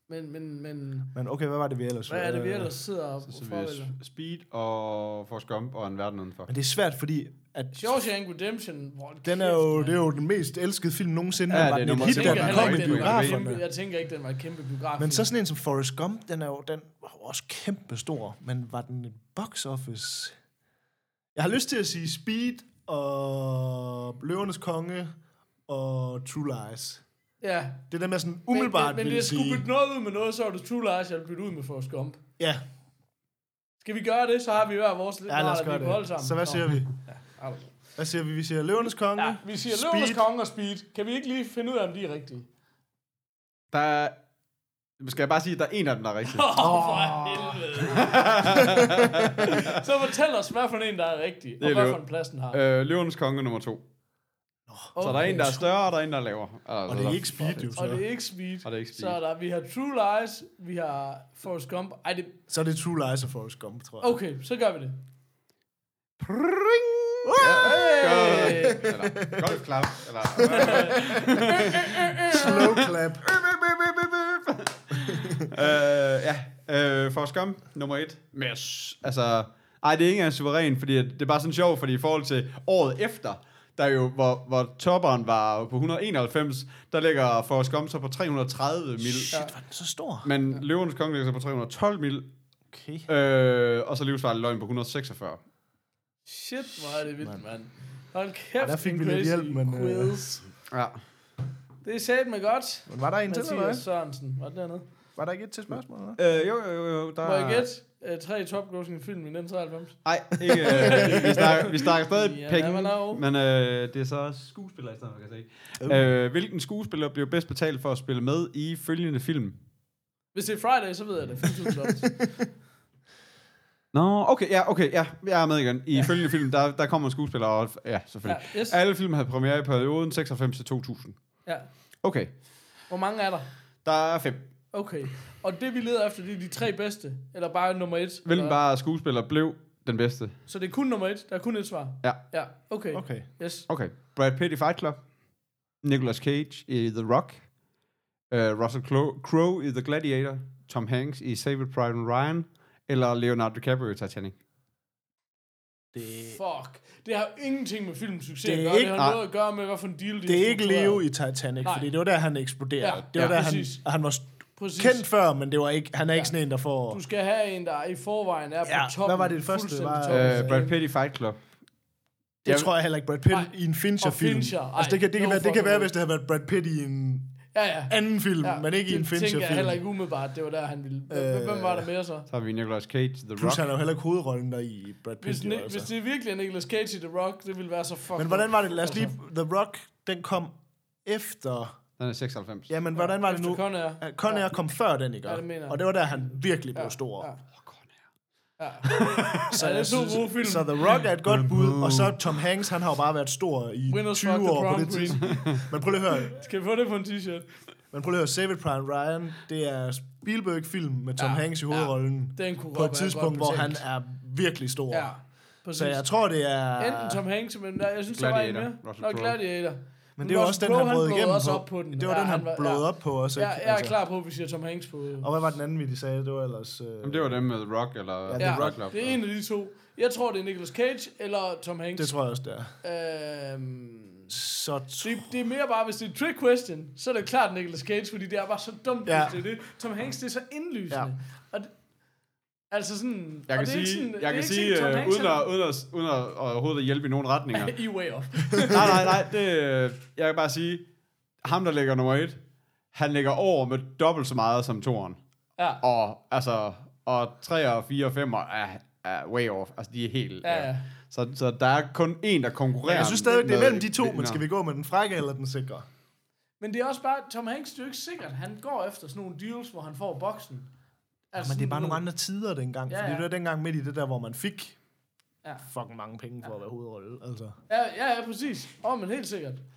Men, men, men men okay, hvad var det, vi ellers hvad er det, vi øh, ellers sidder og Så vi forvælger? er Speed og Forrest Gump og en verden udenfor. Men det er svært, fordi at Shawshank Redemption, hvor den er jo, det er jo den mest elskede film nogensinde. Ja, Ja, var det er den nummer et hit, et. da Jeg den tænker kom heller i ikke, den var et biograferne. Jeg tænker ikke, den var et kæmpe biograf. Men så sådan en som Forrest Gump, den er jo den var jo også kæmpe stor, men var den en box office? Jeg har lyst til at sige Speed og Løvernes Konge og True Lies. ja. Det der med sådan umiddelbart men, men, men ville det skulle sige... bytte noget ud med noget, så var det True Lies, jeg ville bytte ud med Forrest Gump. Ja, Skal vi gøre det, så har vi hver vores lidt ja lad os meget, vi gøre kan holde det. sammen. Så hvad Nå. siger vi? Ej, hvor- Hvad siger vi? Vi siger Løvernes Konge, Ja, vi siger Løvernes Konge og Speed. Kan vi ikke lige finde ud af, om de er rigtige? Der er... Skal jeg bare sige, at der er en af dem, der er [LAUGHS] rigtig? Åh, oh, for helvede. så fortæl os, hvad for en, der er rigtig, og er hvad løv. for en plads den har. øh, Løvens konge nummer to. okay. Okay. Så der er en, der er større, og der er en, der er lavere. Altså, Og det er ikke Speed, jo. Og det Så, er ikke Speed. Og det er ikke Speed. Så er der, vi har True Lies, vi har Forrest Gump. Ej, det, så er det True Lies og Forrest Gump, tror jeg. okay, så gør vi det. Pring! Hey! Eller golfklap. Eller... Slow clap. [LAUGHS] øh, ja. Øh, Forrest Gump, nummer et. Yes. Altså... Ej, det er ikke engang suveræn, fordi at- det er bare sådan sjovt, fordi i forhold til året efter, der jo, hvor, hvor topperen var på 191, der ligger Forrest Gump så på 330 mil. Shit, var den så stor? Men ja. Løvernes Konge ligger så på 312 mil, Okay. Øh, og så livsfarlig løgn på 146. Shit, hvor er det vildt, mand. Hold kæft, der fik en vi lidt crazy hjælp, men, øh, quiz. Ja. Det er sat med godt. Men var der en til, eller hvad? Mathias Sørensen, var det dernede? Var der ikke et til spørgsmål, eller hvad? Øh, jo, jo, jo, jo. Der Må jeg gætte? øh, tre top-grossing film i 1993. Nej, ikke, øh, vi, snakker, vi snakker stadig Ja, ja, penge, hvad laver? men øh, det er så skuespiller i stedet for, kan jeg se. Øh, hvilken skuespiller blev bedst betalt for at spille med i følgende film? Hvis det er Friday, så ved jeg det. 5.000 dollars. [LAUGHS] Nå, okay, ja, okay, ja, jeg er med igen. I ja. følgende film, der, der kommer en skuespiller, og ja, selvfølgelig. Ja, Ja, yes. yes. Alle film havde premiere i perioden 96 til 2000. ja. Okay, Hvor mange er der? der er fem. Okay. Og det vi leder efter, det er de tre bedste. Eller bare nummer et. Hvilken eller- bare skuespiller blev den bedste? Så det er kun nummer et. Der er kun et svar. Ja. Ja, okay. Okay. Yes. Okay, Brad Pitt i Fight Club, Nicolas Cage i The Rock, uh, Russell Clo- Crowe i The Gladiator, Tom Hanks i Saved Private Ryan, eller Leonardo DiCaprio i Titanic. Øh, Fuck. Det har jo ingenting med filmens succes Det at er gøre. Ikke, ikke- Ah. det har noget at gøre med, hvad for en deal de Det har er ikke struktureret. Leo i Titanic, Nej. Nej. fordi det var der, han eksploderede. Ja, Ja, ja, det var ja, der, han, præcis. han var s- Præcis. kendt før, men det var ikke, han er ikke sådan en, der får... Du skal have en, der i forvejen er Ja, på toppen. hvad var det første? fuldstændig Var- toppen. Okay. Uh, Brad Pitt i Fight Club. Det Jeg- tror jeg heller ikke, Brad Pitt Nej. i en Fincher-film. Og Fincher, ej, altså, det kan, det no kan, være, det kan fucking være, way. hvis det havde været Brad Pitt i en ja, ja. anden film, ja, men ikke i en Det tænker jeg heller Fincher-film. ikke umiddelbart, det var der, han ville. Hvem hvem var der mere så? Så har vi Nicolas Cage, The Plus, Rock. han er jo heller ikke hovedrollen der i Brad Pitt. Hvis, jo, ne, altså. hvis det er virkelig er Nicolas Cage i The Rock, det ville være så fucking... Men hvordan var det? Lad os lige... altså. The Rock, den kom efter... Den er 96. Jamen, hvordan var det Efter nu? Conair. Ja, Conair kom før den, ikke? Ja, det mener jeg. og det var der, han virkelig blev stor. ja. [LAUGHS] Så, Ja, det er jeg to synes- gode film. så The Rock er et godt bud, og så Tom Hanks, han har jo bare været stor i Winners 20 fuck the år på prom det queen. tidspunkt. Men prøv lige at høre, Skal vi få det på en t-shirt? men prøv lige at høre Save It Prime Ryan, det er Spielberg-film med Tom Ja, ja, Hanks i ja. hovedrollen. Den kunne på godt et være tidspunkt, godt hvor han betalt. er virkelig stor. Ja, Ja, præcis. så jeg tror, det er... Enten Tom Hanks, men der, jeg synes, der var en Ah. Gladiator. mere. Russell Nå, Crowe. Gladiator. men det er jo også den, han brød igennem også på. op på den. Det var Ja, den, han, var- blød ja. op på også. Ja, ikke? jeg er Altså. klar på, at vi siger Tom Hanks på... Og hvad var den anden, vi lige sagde? Det var ellers... Øh... Jamen, det var dem med The Rock, eller ja, Ja, The Rock Club. det er en af de to. Jeg tror, det er Nicolas Cage eller Tom Hanks. Det tror jeg også, det er. Øhm, Så t- det, det er mere bare, hvis det er et trick question, så er det klart Nicolas Cage, fordi det er bare så dumt, ja. Ja. hvis det er det. Tom Hanks, det er så indlysende. Ja. Ja. Og det, altså sådan... Jeg og det kan er ikke sige, sådan- det er jeg kan ikke sige sådan, Tom øh, Hanks uden, at, uden, at, uden at overhovedet at hjælpe i nogen [LAUGHS] retninger. er- I way off. nej, nej, nej. Det, øh, jeg kan bare sige, ham der ligger nummer et, han ligger over med dobbelt så meget som toren. Ja. Og altså, og 3 og 4 og 5 er, er way off. Altså, de er helt... Ja, ja. øh, Så, så der er kun en, der konkurrerer. jeg synes stadig, det er med- mellem de to, men Nå. skal vi gå med den frække eller den sikre? Men det er også bare, Tom Hanks, det er jo ikke sikkert, han går efter sådan nogle deals, hvor han får boksen. Altså, Men det er sådan, du bare nogle ved- andre tider dengang, Ja, ja, fordi ja. det var dengang midt i det der, hvor man fik Ja. fucking mange penge for at være hovedrolle. Altså. Ja, ja, ja præcis. Åh, oh, men helt sikkert. [CLEARS THROAT]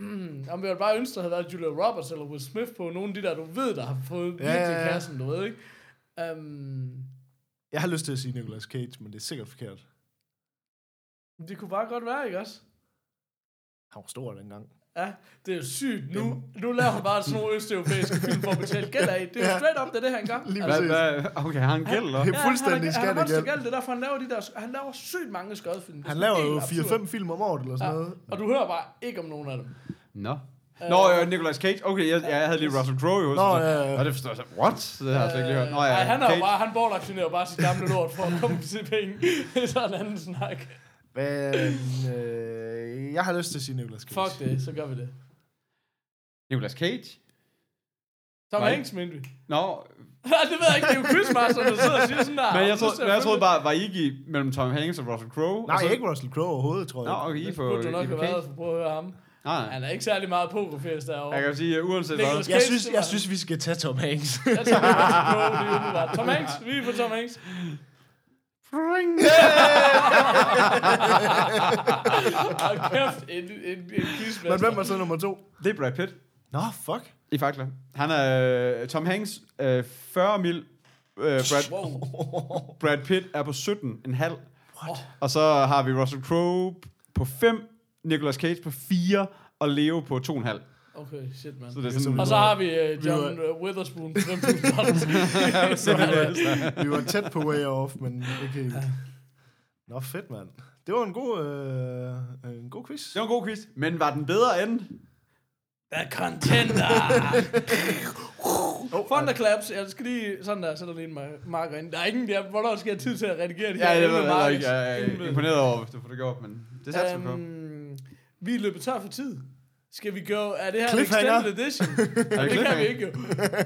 Mm, jamen, jeg ville bare ønske, der havde været Julia Roberts eller Will Smith på. Nogle af de der, du ved, der har fået virkelig ja, ja. kassen, du ved, ikke? Um, Jeg har lyst til at sige Nicolas Cage, men det er sikkert forkert. det kunne bare godt være, ikke også? Han var stor dengang. Ja, det er jo sygt. Nu, nu laver han bare sådan nogle østeuropæiske film for at betale gæld af. Det er jo Ja. straight up, det er det, han gør. Altså, Lige Hvad, præcis. hvad, okay, har han gæld, eller? Det er fuldstændig han, er- han, er monster skattegæld. gæld, det er derfor, han laver, de der, han laver sygt mange skadefilm. Det er Han sådan laver helt jo absurd. 4-5 film om året eller sådan noget. Ja, og du hører bare ikke om nogen af dem. Nå. Nå, øh, Nicolas Cage. Okay, jeg, jeg havde lige Russell Crowe i hovedet. Nå, så- ja, ja. Nå, det forstår jeg. så- What? Det har jeg slet ikke lige hørt. Nå, ja, Ej, han er jo Cage. bare, han bortaktionerer bare sit gamle lort for at komme til [LAUGHS] penge. Det er en anden snak. Men, øh, jeg har lyst til at sige Nicolas Cage. Fuck det, så gør vi det. Nicolas Cage? Tom Nej. Hanks, mente vi. [LAUGHS] Nå, Nej, det ved jeg ikke. Det er jo quizmaster, der sidder og siger sådan der. men jeg Ah, Nu ser troede, jeg troede følge. bare, var I ikke i- mellem Tom Hanks og Russell Crowe? Nej, og så, ikke Russell Crowe overhovedet, tror Nå, jeg. okay, I er Det på, burde du I nok er på have Cage. været for prøve at høre ham. Nej, Han nej. er ikke særlig meget pokerfjes derovre. Ah, Jeg kan jo sige, at uanset hvad, Nicolas Jeg Cage, synes, det var jeg han. synes, vi skal tage Tom Hanks. Jeg tager Nicolas Cage, det er umiddelbart. Tom Hanks, vi er på Tom Hanks. [LAUGHS] Hold kæft, en, en, en quizmaster. Men hvem var så nummer to? det er Brad Pitt Nå, fuck. i fakler. Han er øh, Tom Hanks øh, 40 mil. Øh, Brad, Wow. Brad Pitt er på 17, en halv. Og så har vi Russell Crowe på 5, Nicolas Cage på 4 og Leo på 2,5. Så Okay, shit, man. det er sådan, Og [LAUGHS] så har vi uh, John Vi uh, Witherspoon på 5.000 dollars. [LAUGHS] Vi var tæt på way off, men ikke helt. Nå, fedt, mand. Det var en god, øh, en god quiz. det var en god quiz, men var den bedre end? The Contender! oh, Thunderclaps, jeg skal lige sådan der, sætter lige en mar- marker ind. Der er ingen der, hvornår skal jeg have tid til at redigere det her? Ja, jeg elleve ved heller markers? ikke. Jeg er Ingen ved. imponeret over, hvis du får det gjort, men det satte um, på. Øhm, Vi er løbet tør for tid. Skal vi gå... Er det her en Cliffhanger. extended edition? Er det det kan vi cliffhanger? ikke jo.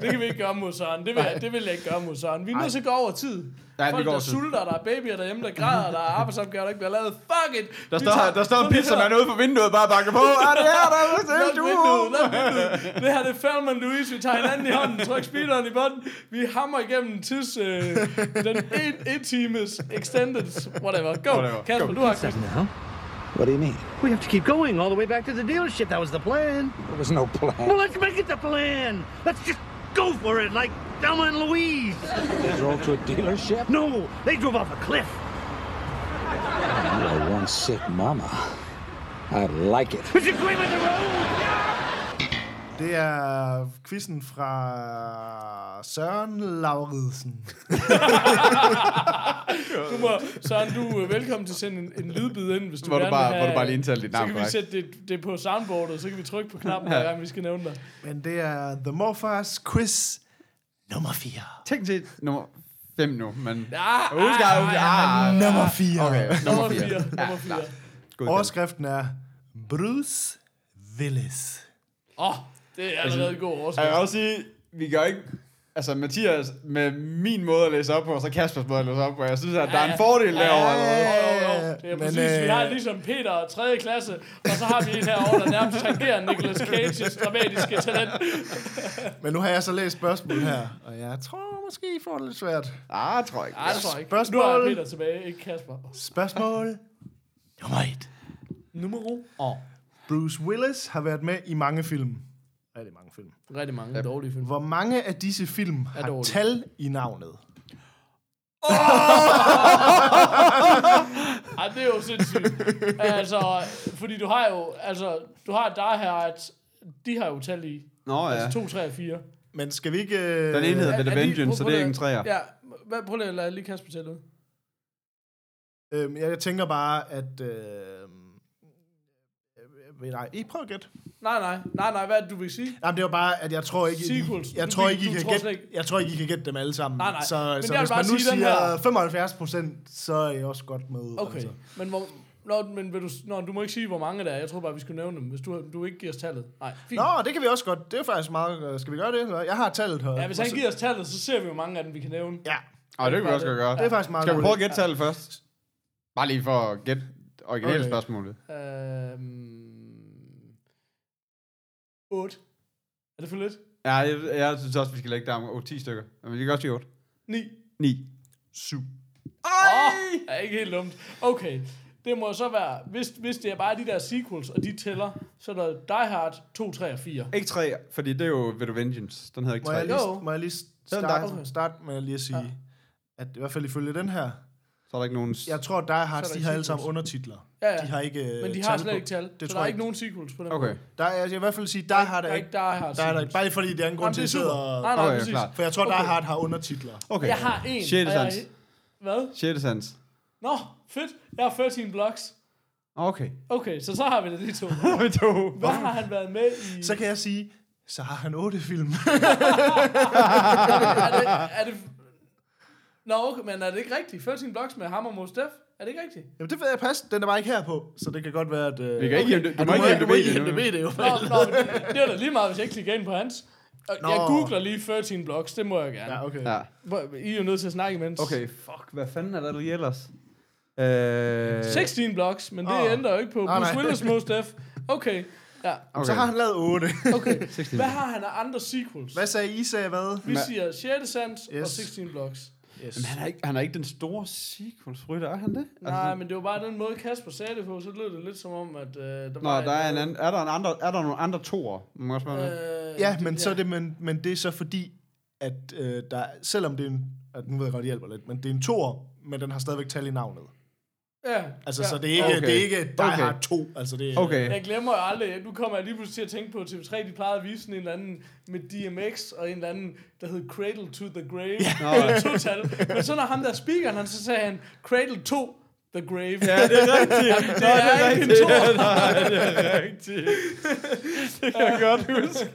Det kan vi ikke gøre mod Søren. Det vil, jeg, det vil jeg ikke gøre mod Søren. Vi er nødt til at gå over tid. Ja, vi Folk, der går over tid. sulter, der er babyer derhjemme, der græder, der er arbejdsopgaver, der ikke bliver lavet. Fuck it! Der står, der står en pizzamand ude for vinduet, bare banker på. Er det her, der er ude til Luk du? vinduet, luk vinduet. Det her det er Fallman Louise. Vi tager hinanden i hånden, tryk speederen i bunden. Vi hammer igennem tids, øh, den et, et times extended, whatever. Go, Whatever. Kasper, Go. du har Kasper. now. What do you mean? We have to keep going all the way back to the dealership. That was the plan. There was no plan. Well, let's make it the plan. Let's just go for it, like Thelma and Louise. They drove to a dealership? No, they drove off a cliff. You are one sick mama. I like it. We should claim it the road. Det er quizzen fra Søren Lauridsen. Du må, Søren, du er velkommen til at sende en, en lydbid ind, hvis du Hvor du gerne bare- vil have, hvor du bare lige indtaler dit navn Så kan vi korrekt. sætte det, det på soundboardet, så kan vi trykke på knappen, hver gang vi skal nævne dig. Men det er The Morfars Quiz nummer 4. Tænk til nummer 5 nu, men... Ah, Husk, ah, husk, ah. Nummer 4. Okay, nummer Nummer 4. 4. Nummer 4. Overskriften er Bruce Willis. Åh, oh, det er allerede en god Altså, Jeg vil overskrift. også sige, vi gør ikke... Altså, Mathias, med min måde at læse op på, og så Kaspers måde at læse op på, jeg synes, at der er en fordel derovre. Jo, jo, jo. Det er Men, præcis. Vi har øh, ligesom Peter og 3. klasse, og så har vi en herovre, der nærmest tangerer Nicolas Cage's dramatiske talent. Men nu har jeg så læst spørgsmål her, og jeg tror måske, I får det lidt svært. Ah, jeg tror ikke. Nej, det tror jeg ikke. Spørgsmål. Nu er Peter tilbage, ikke Kasper. Spørgsmål nummer 1. Nummer år. Bruce Willis har været med i mange film. Rigtig mange film. Rigtig mange yep. dårlige film. Hvor mange af disse film har dårlige. tal i navnet? Ej, det er jo sindssygt. altså, fordi du har jo, altså, du har der her, at de har jo tal i. Nå ja. 2, 3 og 4. Men skal vi ikke... øh, Den ene hedder The Vengeance, så det er ikke en træer. Ja, hvad, prøv lige at lade lige Kasper tælle ud. Øhm, jeg, jeg tænker bare, at... øhm, Øh, nej, I prøv at gætte. Nej, nej, nej, nej, hvad er det, du vil sige? Jamen, det var bare, at jeg tror ikke, Sequels. I, jeg, Du tror vil- ikke, I du kan tror gætte, slet ikke. jeg tror ikke, I kan gætte dem alle sammen. Nej, nej. Så, Men jeg så vil hvis bare man nu sige, den siger her- 75 procent, så er I også godt med. Okay, altså. men hvor... Nå, men vil du, nå, du må ikke sige, hvor mange der er. Jeg tror bare, vi skulle nævne dem, hvis du, du ikke giver os tallet. Nej, fint. Nå, det kan vi også godt. Det er faktisk meget... øh, Skal vi gøre det? eller hvad? Jeg har tallet her. ja, hvis han giver os tallet, så ser vi, hvor mange af dem, vi kan nævne. Ja, Og det kan vi også godt gøre. det er faktisk meget Skal vi godt. prøve at gætte tallet først? Bare lige for at gætte originale Okay. spørgsmålet. Øhm, 8. Er det for lidt? Ja, jeg, jeg synes også, vi skal lægge der om 8-10 stykker. Men vi kan også sige 8. 9. 9. 7. Åh, er ikke helt dumt. Okay, det må så være, hvis, hvis det er bare de der sequels, og de tæller, så er der Die Hard 2, 3 og 4. Ikke 3, fordi det er jo ved Vengeance. Den hedder ikke Må jeg 3. Jo. lige, må jeg lige Sådan starte, der. starte med lige at sige, at i hvert fald ifølge den her, Så er der ikke nogen... s- jeg tror, at Die Hard, der de ikke har alle sequels. sammen undertitler. Ja, ja. De har ikke øh, Men de har tal slet på. ikke tal, det Det så der tror er jeg ikke ikke. nogen sequels på den Okay. måde. Der er, jeg vil i hvert fald sige, Die Hard Der er er ikke... ikke Die Hard. Der er der ikke. Bare lige fordi det er en grund Jamen, til, det er super. at I sidder... Nej, nej, Okay, præcis. klart. For jeg tror, Die Hard har undertitler. Okay. Jeg har en. Sjette og jeg- sans. Hvad? 6. sans. Nå, fedt. Jeg har 13 blocks. [LAUGHS] Okay. Okay, så så har vi det de [LAUGHS] to. Vi to. Hvad har han været med i? Så kan jeg sige, så har han otte film. [LAUGHS] er det, er det... Nå, okay, men er det ikke rigtigt? 13 blocks med ham og Mostef? Er det ikke rigtigt? Jamen, det ved jeg pas. Den er bare ikke her på, så det kan godt være, at... Øh, Vi kan ikke hente... Du må Du må ikke hente du må ikke det hente nu. ved det jo. Nå, nå, men det- det er da lige meget, hvis jeg ikke klikker ind på hans. Og Nå. Jeg googler lige 13 blocks, det må jeg gerne. Ja, okay. Ja. Hvor- I er jo nødt til at snakke imens. Okay, fuck. Hvad fanden er der lige ellers? Øh... 16 blocks, men det Åh. ændrer jo ikke på. Nej, Bruce nej. Willis, Mostef. Okay, ja. Okay. Så har han lavet otte. Okay, 16. hvad har han af andre sequels? Hvad sagde I? Sagde hvad? Vi siger 6. Sands yes. og Yes. 16 blocks. Yes. Men han er, ikke, han er ikke den store sequels-rytter, er han det? Altså, Nej, men det var bare den måde, Kasper sagde det på, så lød det lidt som om, at øh, der Nå, var... der er, en anden, er der, en andre, er der nogle andre toer? Må jeg også spørge om det? Øh, Ja, men, så er det, men, men det er så fordi, at øh, der, selvom det er en, at nu ved jeg godt, det hjælper lidt, men det er en toer, men den har stadigvæk tal i navnet. Ja, Altså, ja. så det er ikke, Okay. okay. det er ikke Die Okay. okay. Hard 2. Altså, det er, Okay. Jeg glemmer jo aldrig, nu kommer jeg lige pludselig til at tænke på, at TV3 de plejede at vise sådan en eller anden med DMX og en eller anden, der hed Cradle to the Grave. Ja. Eller total. Men så når ham der speakeren, han, så sagde han Cradle to the Grave. Ja, det er rigtigt. [LAUGHS] det, er, ikke en to. Det kan jeg godt [LAUGHS] huske.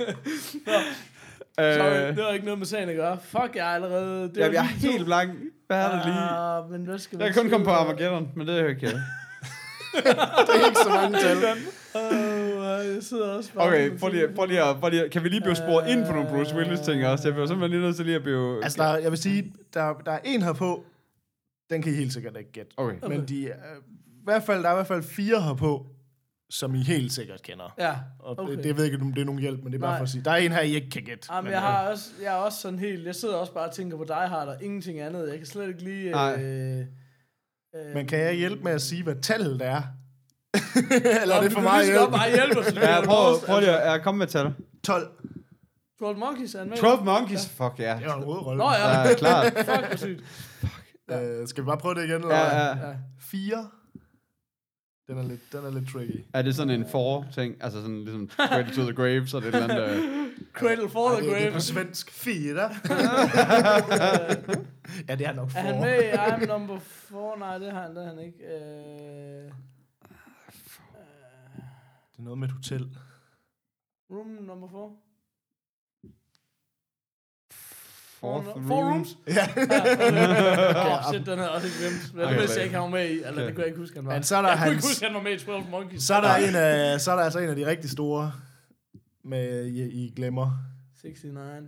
Sorry, det Øh, var ikke noget med sagen at gøre. Fuck, jeg er allerede... Det jeg, jeg var er helt blank. Hvad er det lige? Ah, men hvad skal Jeg man kan kun sige? komme på Armageddon, men det er jo ikke jeg. [LAUGHS] det er ikke så mange tal. Øh, jeg sidder også bare... Okay, prøv lige, prøv lige, at, prøv lige at, kan vi lige blive sporet ind på nogle Bruce Willis ting også? Jeg bliver simpelthen lige nødt til lige at blive... Altså, der, jeg vil sige, der, der er en her på, den kan I helt sikkert ikke gætte. Okay. Altså- Men de er, i hvert fald, der er i hvert fald fire her på, som I helt sikkert kender. Ja, Og okay. det, det ved jeg ikke, om det er nogen hjælp, men det er bare Nej. for at sige. Der er en her, I ikke kan gætte. Jamen, men, jeg, øh, har også, jeg er også sådan helt... Jeg sidder også bare og tænker på Die Hard og ingenting andet. Jeg kan slet ikke lige... Nej. Øh, øh, Men kan jeg hjælpe med at sige, hvad tallet er? [LAUGHS] Eller er Nå, det du kan for lige meget så hjælp? godt bare hjælpe os. Ja, prøv, prøv lige at ja, komme med tal. 12. 12 Monkeys er en med. 12 Monkeys? Fuck ja. Det var en hovedrolle. Nå ja, Ja, [LAUGHS] klart. fuck, hvor sygt. Øh, skal vi bare prøve det igen? Eller? Ja, hvad? ja. 4. Den er lidt, den er lidt tricky. Er det sådan en for-ting? Altså sådan ligesom Credit to the Grave, så er det et eller andet... øh, Cradle for the Det, det er Grave. på [LAUGHS] svensk. 4. ja, det er nok 4. Er han med i I'm number 4? Nej, det har han, det har han ikke. Øh, Det er noget med et hotel. room number 4? Fourth Four room. rooms? Ja. [LAUGHS] Åh, shit, den havde jeg også glemt. Men det Okay. vidste jeg ikke, han var med i. Eller det kunne jeg ikke huske, han var. Men så er der jeg kunne ikke hans- huske, han var med i 12 Monkeys. Så er der, en af, så er der altså en af de rigtig store, med, I, I glemmer. 69.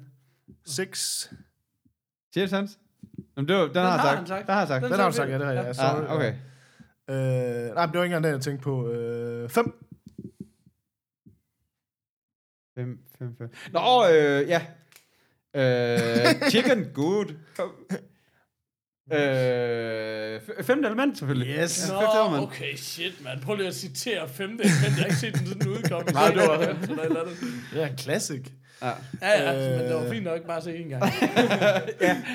6. Siger det sandt? Jamen, det var, den, har, har jeg han sagt. sagt. Den har jeg sagt. Den har du sagt, ja, det har jeg. Ja, sorry. Ah, okay. Øh, nej, men det var ikke engang den, jeg tænkte på. Øh, 5. 5, 5, 5. Nå, øh, ja. Øh, chicken, good. Kom. Øh, f- femte element, selvfølgelig. Yes. Ja, Nå, femte element. okay, shit, mand. Prøv lige at citere femte element. Jeg har ikke set den siden udkom. Nej, det var- Eller et eller andet. Det er en classic. Ja, Ja, ja, Øh. men det var fint nok bare at se en gang.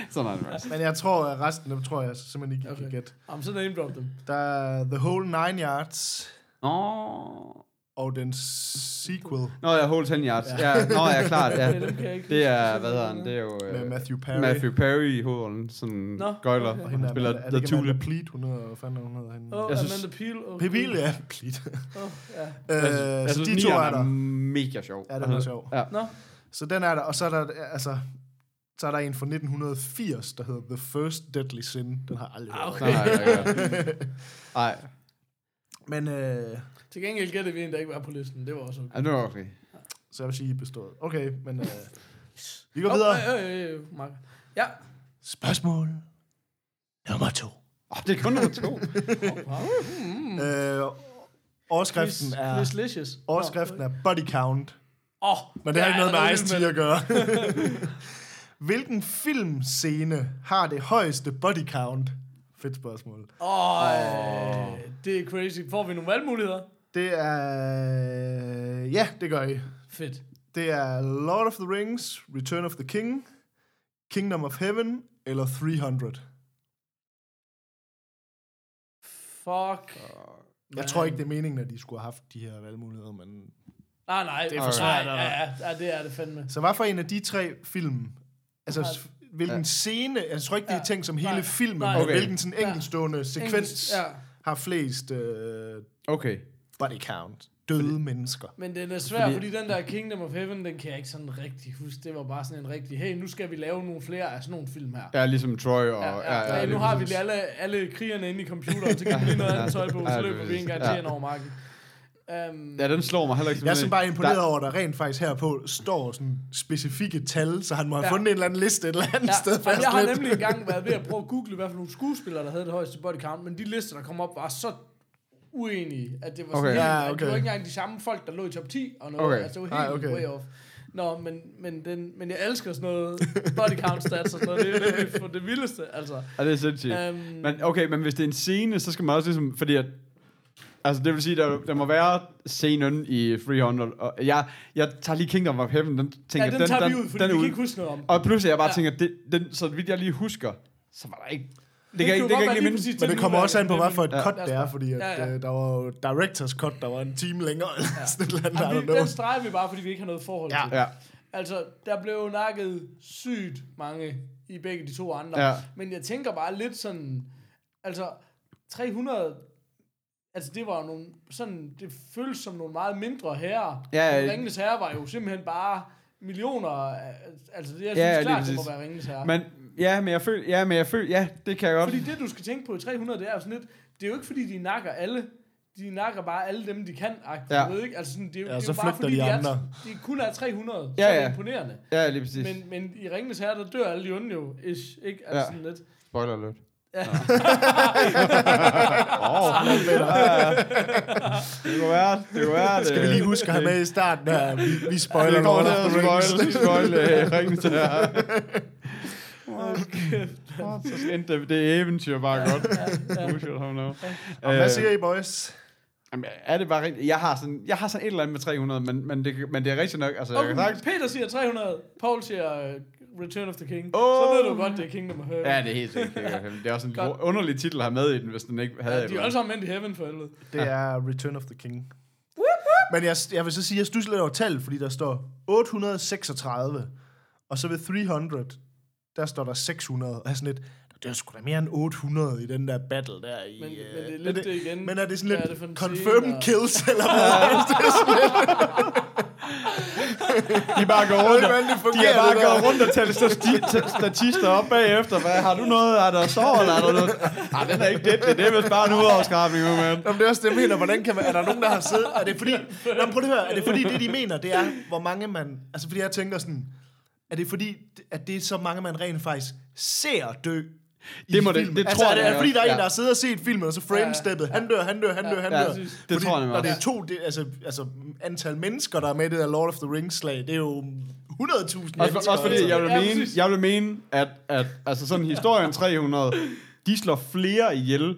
sådan er det. faktisk. Men jeg tror, at resten af dem tror jeg simpelthen ikke, okay. kan Okay. gætte. Jamen, så name drop dem. Der er The Whole Nine Yards Nå. og den sequel Nå, ja, whole 10 yards. Ja, nå, ja, klart. [LAUGHS] Ja. Ja, dem kan jeg ikke Det er, huske. hvad hedder han? Det er jo... øh, med Matthew Perry. Matthew Perry i hovedrollen. Sådan Nå, gøjler. okay. Og Han spiller er The det ikke Amanda Tulip. Pleat, hun hedder, hvad fanden er hun hedder hende? Åh, Jeg oh, synes- Amanda Peel. Oh, Pepil, ja. [LAUGHS] Pleat. Oh, ja. Jeg synes- Øh, jeg så synes, de to Altså, nieren er der. mega sjov. Ja, den er sjov. Ja. Nå, Så den er der, og så er der, altså, så er der en fra 1980, der hedder The First Deadly Sin. Den har jeg aldrig hørt. Nej, nej, nej, [LAUGHS] nej. Ej, Men, øh, til gengæld gættede vi en, der ikke var på listen. Det var også okay. ja, det var okay. så jeg vil sige, I er bestået. Okay, [LAUGHS] men øh, vi går Nå, videre. øh, øh, øh, Mark. Ja. Spørgsmål nummer to. Åh, det er kun nummer to. Øh, overskriften er, Hmm. Chris Licious. overskriften er body count, Åh, oh, men det har ikke noget med Ice Tea at gøre. [LAUGHS] Hvilken filmscene har det højeste body count? Fedt spørgsmål. Åh, øh, det er crazy. Får vi nogle valgmuligheder? Det er... Ja, det gør I. Fedt. Det er Lord of the Rings, Return of the King, Kingdom of Heaven eller 300. Fuck. Jeg tror ikke, det er meningen, at de skulle have haft de her valgmuligheder, men... Nej, nej. Det er for svært, Ja, ja, ja, det er det fandme. Så hvad for en af de tre film? Altså, s- hvilken ja. scene? altså, Jeg tror ikke, det er tænkt som hele Nej. filmen, Nej. men Okay. hvilken sådan enkeltstående sekvens Ja. har flest øh, Okay. body count? Døde mennesker. Men den er svær, fordi... fordi den der Kingdom of Heaven, den kan jeg ikke sådan rigtig huske. Det var bare sådan en rigtig, hey, nu skal vi lave nogle flere af sådan nogle film her. Ja, ligesom Troy og... Ja, ja, ja, ja, nu lige har vi præcis. lige alle, alle krigerne inde i computeren, så kan vi lige [LAUGHS] noget andet tøj på, Ja, så det løber er vi en gang præcis. til hen over marken. Um, Ja, den slår mig heller ikke. som Jeg er sådan bare en- imponeret Der- over, at der rent faktisk herpå står sådan specifikke tal, så han må have Ja. fundet en eller anden liste et eller andet ja, sted. jamen, fast jeg har lidt. nemlig engang været ved at prøve at google, hvad for nogle skuespillere, der havde det højeste body count, men de lister, der kom op, var så uenige, at det var sådan okay. Okay. helt, Ja, at okay. det var ikke engang de samme folk, der lå i top 10, og noget, Okay. okay. altså det var Ej, helt okay. okay. way off. Nå, men, men, den, men jeg elsker sådan noget body count stats og sådan noget, det er nemlig for det vildeste, altså. Ja, det er sindssygt. Øhm. men okay, men hvis det er en scene, så skal man også ligesom... Fordi at... Altså, det vil sige, der, der må være scenen i 300. Og jeg, jeg tager lige Kingdom of Heaven. Den, tænker, Ja, den tager den, vi ud, fordi vi kan ikke huske noget om. Og pludselig jeg bare ja. Ja. tænker, det, den, så vidt jeg lige husker, så var der ikke... Det, kunne kan, ikke, jo det godt kan være ikke lige lige minde. præcis Men det Den kommer ligner også an på, ikke hvad for et den. cut Ja. det er, fordi at, Ja, ja. øh, der var jo director's cut, der var en time længere, eller sådan et eller andet, I Jamen, don't vi, know. den streger vi bare, fordi vi ikke har noget forhold Ja. til. Ja. Altså, der blev jo nakket sygt mange i begge de to andre. Ja. Men jeg tænker bare lidt sådan... Altså, 300... Altså, det var jo nogle... Sådan, det føltes som nogle meget mindre herrer. Ja, Men ja. Ringenes herre var jo simpelthen bare millioner... af- Altså, det, jeg Ja, ja, ja, synes klart, lige det må præcis. være Ringenes herre. Men, ja, men jeg føler, ja, men jeg føler, ja, det kan jeg godt. Fordi det, du skal tænke på i 300, det er jo sådan lidt... Det er jo ikke, fordi de nakker alle. de nakker bare alle dem, de kan, Ja. ja. ved, ikke? Altså, sådan, det, er jo- Ja, det er så jo bare flygter fordi, de de, er, andre. de kun er 300, Ja, så er ja. det imponerende. Ja, lige præcis. Men, men i Ringenes Herre, der dør alle de onde jo, ish, ikke? Altså Ja. ja. sådan lidt. Spoiler alert. [LAUGHS] Ja. det kunne være, det kunne være, øh, det. Skal vi lige huske at have med i starten her? Vi, vi spoiler Det kommer Lord til of at the Rings. spoil, spoil øh, ringen til her. Så endte det, det eventyr bare godt. [LAUGHS] We should have known. Hvad Øh, siger I, boys? Jamen, er det bare rigtigt? Jeg har sådan, jeg har sådan et eller andet med 300, men, men, det, men det er rigtigt nok. Altså, jeg kan Okay, sagtens... Peter siger 300, Paul siger uh, Return of the King. Åh. Så ved du godt, det er Kingdom of Heaven. Ja, det er helt sikkert. det er rigtigt. Det er også en Godt. underlig titel at have med i den, hvis den ikke havde... De er alle sammen endt i heaven for helvede. Det er Return of the King. Men jeg, jeg vil så sige, at jeg stusser lidt over tallet, fordi der står 836, og så ved 300, der står der 600. Og jeg er sådan lidt, det er sgu da mere end 800 i den der battle der i... Men- øh, men det er lidt det igen. Men er det Hvad sådan er det lidt for en confirmed scene, og- kills, [LAUGHS] eller hvad? De bare går rundt, rundt og- og, Hvordan det fungerer, de er bare det der? gået rundt og tæller stati- [LAUGHS] t- statister op bagefter. Hvad, har du noget? Er der sår, eller er der noget? Nej, den er ikke det. Det er vist bare en udafskrabning, nu, mand. Nå, men det er også det, jeg mener. Hvordan kan man, er der nogen, der har siddet? Er det fordi, Nå, men prøv lige at høre, er det fordi, det de mener, det er, hvor mange man... Altså, fordi jeg tænker sådan, er det fordi, at det er så mange, man rent faktisk ser dø i Det må det- filmen? det altså, tror er det, jeg er det fordi, der nok, er en, der ja. har siddet og set filmen, og så framesteppet, han dør, han dør, han dør, han Ja, dør. præcis. Det tror jeg Når nok. det er to, det, altså, altså antal mennesker, der er med i det der Lord of the Rings-slag, det er jo 100.000 Også, mennesker. også fordi, jeg vil Ja, mene, præcis. jeg vil mene at, at altså sådan historien 300, de slår flere ihjel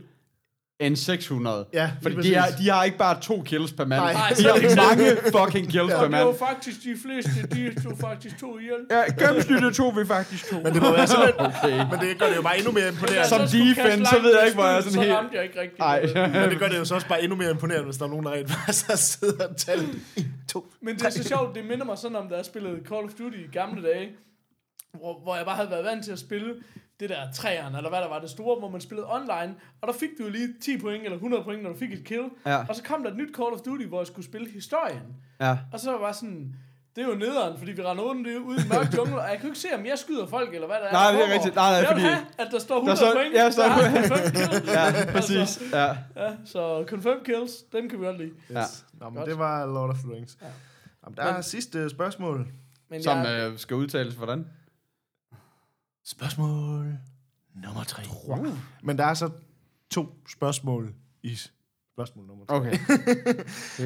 end 600. Ja, fordi lige de har, præcis. de har ikke bare to kills per mand. Nej. Nej, Nej, de så er det har ikke mange fucking kills ja. per Og det mand. var faktisk de fleste, de tog faktisk to ihjel. Ja, gennemsnittet tog vi faktisk to. Men det må være sådan lidt, Okay. men det gør det jo bare endnu mere imponerende. Jeg Som så skulle kaste defense, langt så ved jeg ikke, hvor jeg er skud, sådan helt- Så ramte jeg ikke rigtigt. Nej. Men det gør det jo så også bare endnu mere imponerende, hvis der er nogen, der rent faktisk har siddet og talt i to. Men det er så sjovt, det minder mig sådan om, da jeg spillede Call of Duty i gamle dage, hvor, hvor jeg bare havde været vant til at spille det der træerne, eller hvad der var det store, hvor man spillede online, og der fik du jo lige 10 point eller 100 point, når du fik et kill. Ja. Og så kom der et nyt Call of Duty, hvor jeg skulle spille historien. Ja. Og så var jeg bare sådan, det er jo nederen, fordi vi render rundt ud i en mørk jungle, og jeg kunne ikke se, om jeg skyder folk, eller hvad der er. der Nej, det er foregår. rigtigt. Nej, nej, jeg fordi- vil have, at der står 100 står- point, ja, står- der har 90 kills. Ja, præcis. Ja. Ja, [LAUGHS] så confirm kills, den kan vi godt lide. Ja. Nå, men det var Lord of the Rings. Ja. Jamen, der er Men- sidste spørgsmål. Men Som jeg, øh, skal udtales, hvordan? Spørgsmål nummer tre. Men der er så to spørgsmål i s- spørgsmål nummer tre. Okay.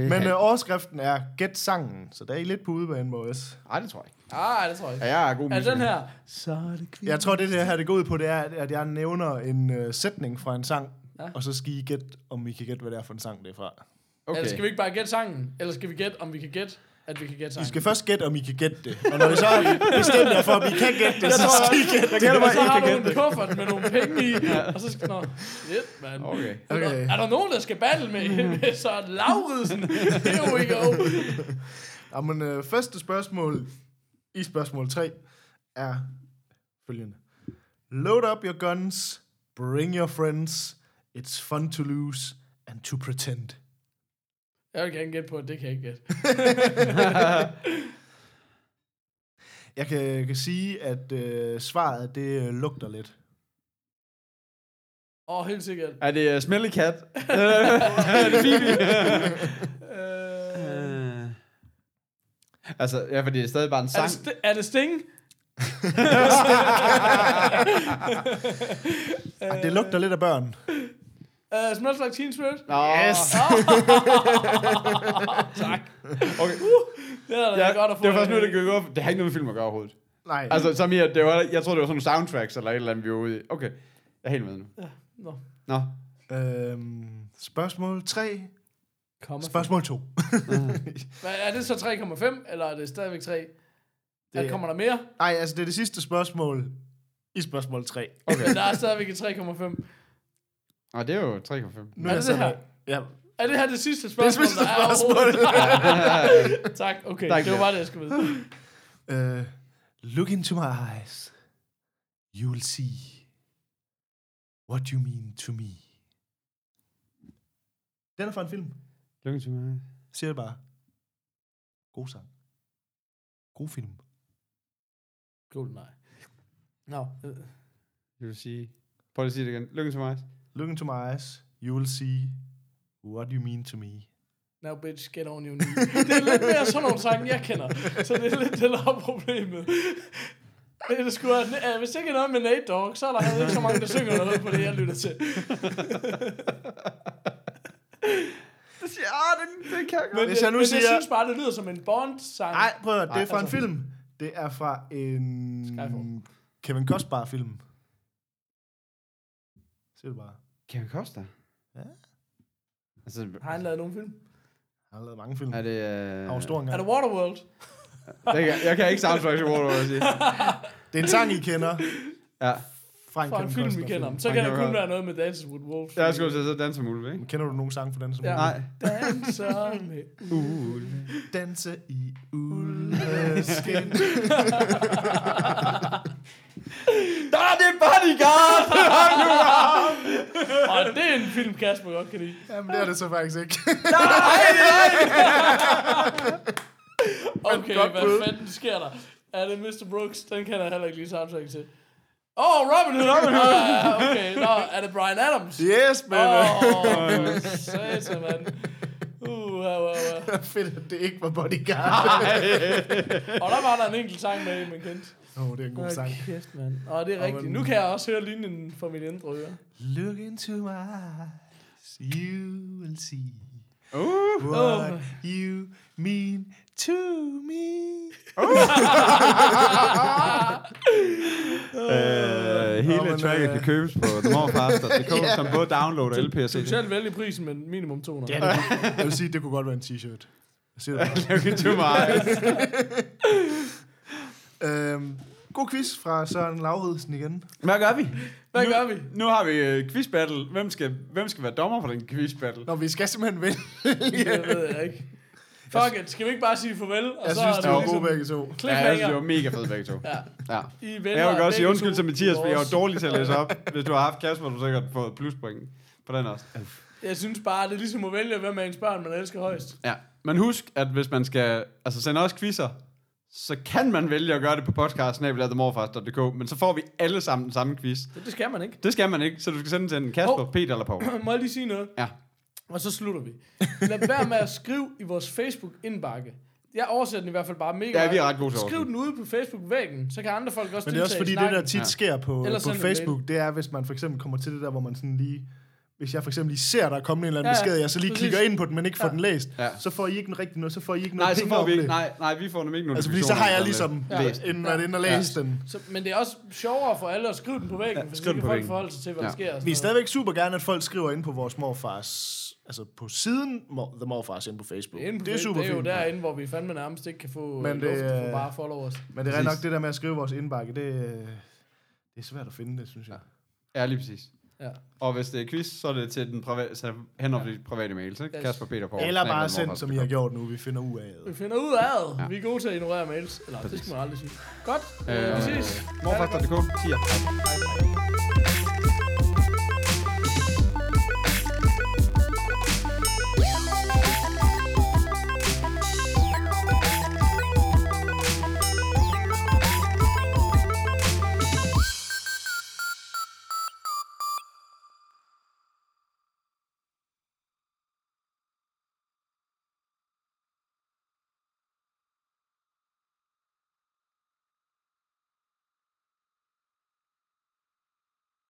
Men øh, overskriften er Gæt sangen, så der er I lidt på udebane, boys. Nej, det tror jeg ikke. ah, det tror jeg ikke. Ja, jeg er god Er musiker. den her? Jeg tror, det, det her det går ud på, det er, at jeg nævner en øh, sætning fra en sang, ja. og så skal I gætte, om I kan gætte, hvad det er for en sang, det er fra. Okay. Okay. Eller skal vi ikke bare gætte sangen? Eller skal vi gætte, om vi kan gætte, at vi kan gætte I sangen? skal først gætte, om I kan gætte det. Og når I så har bestemt jer for, om I kan gætte det, så skal I gætte det. Jeg og bare så ikke har kan du gætte en kuffert med nogle penge i, og så skal... Nå, shit, mand. Okay. Okay. Er der nogen, der skal battle med, med så Lauridsen? Here we go. Jamen, øh, første spørgsmål i spørgsmål 3 er følgende. Load up your guns, bring your friends, it's fun to lose and to pretend. Jeg vil gerne gætte på, at det kan jeg ikke gætte. Jeg kan, kan sige, at øh, svaret, det øh, lugter lidt. Åh, oh, helt sikkert. Er det uh, Smelly [LAUGHS] Cat? [LAUGHS] Øh, Øh, altså, ja, fordi det er stadig bare en er, sang. det st- er det Sting? Ej, det lugter lidt af børn. Uh, smells like Teen Spirit? Nå. Yes. Tak. Mm. [LAUGHS] Uh, Okay. Det er da Ja, godt at få. det var først nu, en- øh, det gik op. Det har ikke noget med film at gøre overhovedet. Nej, Altså, som i, at det var, jeg tror, det var sådan nogle soundtracks eller et eller andet, vi var ude i. Okay, jeg er helt med nu. Nå. Nå, øhm, spørgsmål 3. Komma. Spørgsmål 2. Hvad, er det så 3,5, eller er det stadigvæk 3? Det, er- der kommer der mere, Nej, altså det er det sidste spørgsmål i spørgsmål 3. okay. men der er stadigvæk et 3,5. Nå, det er jo 3,5. Nu Er det det her? Ja, Er det her det sidste spørgsmål? [LAUGHS] sidste der er overhovedet? tak, okay. Der er ikke Det var mere. bare det, jeg skulle vide. Uh, look into my eyes. You'll see what you mean to me. Den er fra en film. Lykke til mig. Siger det bare. God sang. God film. Golden nej. Nå. øh, Du vil sige... Prøv lige at sige det igen. Lykke til mig. Look into my eyes. You'll see What do you mean to me? Now bitch, get on your knee. [LAUGHS] Det er lidt mere sådan nogle sange, jeg kender. Så det er lidt det, der er problemet. Det er sgu, at, hvis ikke noget med Nate Dogg, så er der ikke så mange, der synger noget på det, jeg lytter til. Ja, den, den kan jeg Men, Hvis jeg nu men siger- jeg synes bare, det lyder som en Bond-sang. Nej, prøv at høre, det er fra altså- en film. Det er fra en Skyfall. Kevin Costner-film. Se det bare. Kevin Costa? Ja. Altså, Har han lavet nogen film? Han har lavet mange film. er Han det... Øh... var stor Er engang. det Waterworld? Jeg, kan, jeg kan ikke soundtrack til Water, vil jeg sige. Det er en sang, I kender. Ja. Fra en, Fra en Kevin film, vi Costner-film. kender om. Så Han kan kan det kun godt- være noget med Dances with Wolves. Jeg skulle til at danse med ulve, ikke? Kender du nogen sang for den som Ja. Nej. Danser med Ulve. Danse i uldeskin. Der er det bodyguard! Og det er en film, Kasper godt kan lide. Jamen, det er det så faktisk ikke. [LAUGHS] Okay, godt hvad bud. fanden sker der? Er det Mr. Brooks? Den kan jeg heller ikke lige soundtrack til. Åh, oh, Robin Hood, Robin Hood! Ah, okay, nå, er det Brian Adams? Åh, yes, men oh. [LAUGHS] yeah. oh, satan, mand. Uh, uh, uh, uh. fedt, at det ikke var Bodyguard. Og der var der en enkelt sang med, man kendte. Åh, oh, det er en god sang. kæft, mand. Og det er rigtigt. men- Nu kan jeg også høre linjen fra mit indre øre. Look into my eyes, you will see Uh, what you mean to me. øh, hele Nå, men, tracket øh, kan købes på themorfaster.dk, yeah. som både download og LP og CD. Selv vælge prisen, men minimum 200. Ja, det, jeg vil sige, det kunne godt være en t-shirt. Jeg siger det bare. Okay, too much. øhm, god quiz fra Søren Lauridsen igen. Hvad gør vi? Hvad nu, gør vi? Nu har vi uh, quiz battle. Hvem skal, hvem skal være dommer for den quiz battle? Nå, vi skal simpelthen [LAUGHS] vinde. Det ved jeg ikke. Fuck it, skal vi ikke bare sige farvel? Og Jeg så synes, er det det var ligesom gode begge to. Ja, jeg synes, det cliffhanger. var mega fedt begge to. Ja. ja. I Jeg vil godt sige begge undskyld to til Mathias, for jeg var vores- dårlig til at læse op. Hvis du har haft Kasper, har du sikkert fået pluspoint på den også. Jeg synes bare, det er ligesom at vælge, hvem af ens børn, man elsker højst. Ja. Men husk, at hvis man skal altså sende os quizzer, så kan man vælge at gøre det på podcast, men så får vi alle sammen den samme quiz. Det, det skal man ikke. [CLEARS THROAT] Det skal man ikke, så du skal sende den til en Kasper, Hov. Peter eller [LAUGHS] Paul. Må jeg lige sige noget? Ja. Og så slutter vi. Lad være med at skrive i vores Facebook-indbakke. Jeg oversætter den i hvert fald bare mega Ja, meget. vi er ret gode til at Skriv oversætte. den ude på Facebook-væggen, så kan andre folk også Men det er også fordi, deltage i det der snakken. tit Ja. sker på, Eller på send en mail. Facebook, det er, hvis man for eksempel kommer til det der, hvor man sådan lige... Hvis jeg for eksempel lige ser, der er kommet en eller Ja, anden ja, ja, besked, og jeg så lige præcis. præcis. klikker ind på den, men ikke får Ja. den læst, Ja. ja. så får I ikke den rigtig noget, så får I ikke noget Nej, så ping får om vi ikke, det. nej, nej, vi får nemlig ikke Altså, notifikationer. fordi så har jeg om det. ligesom Ja. Læst. inden været inde og Ja. læse den. Så, men det er også sjovere for alle at skrive den på væggen, for så skriv kan den på folk væggen. forholde sig til, hvad der Ja. sker. og sådan Vi er noget. stadigvæk super gerne, at folk skriver ind på vores morfars... Altså på siden Mor- The Morfars ind på Facebook. Inde på det er super Det er jo fint. derinde, hvor vi fandme nærmest ikke kan få Men men det, det, lov til at øh, få bare followers. Men det er rent nok Præcis. det der med at skrive vores indbakke, det, øh, det er svært at finde det, synes jeg. Ja, lige præcis. Ja. Og hvis det er quiz, så er det til den private, så hen over ja. de private mails, ikke? Yes. Kasper Peter Paul. Eller bare send, som I har gjort nu, vi finder ud af Vi det. finder ud af, ja. vi er gode til at ignorere mails. Eller, det skal man aldrig sige. Godt, øh, vi ses. Morfaktor.dk, siger. Hej.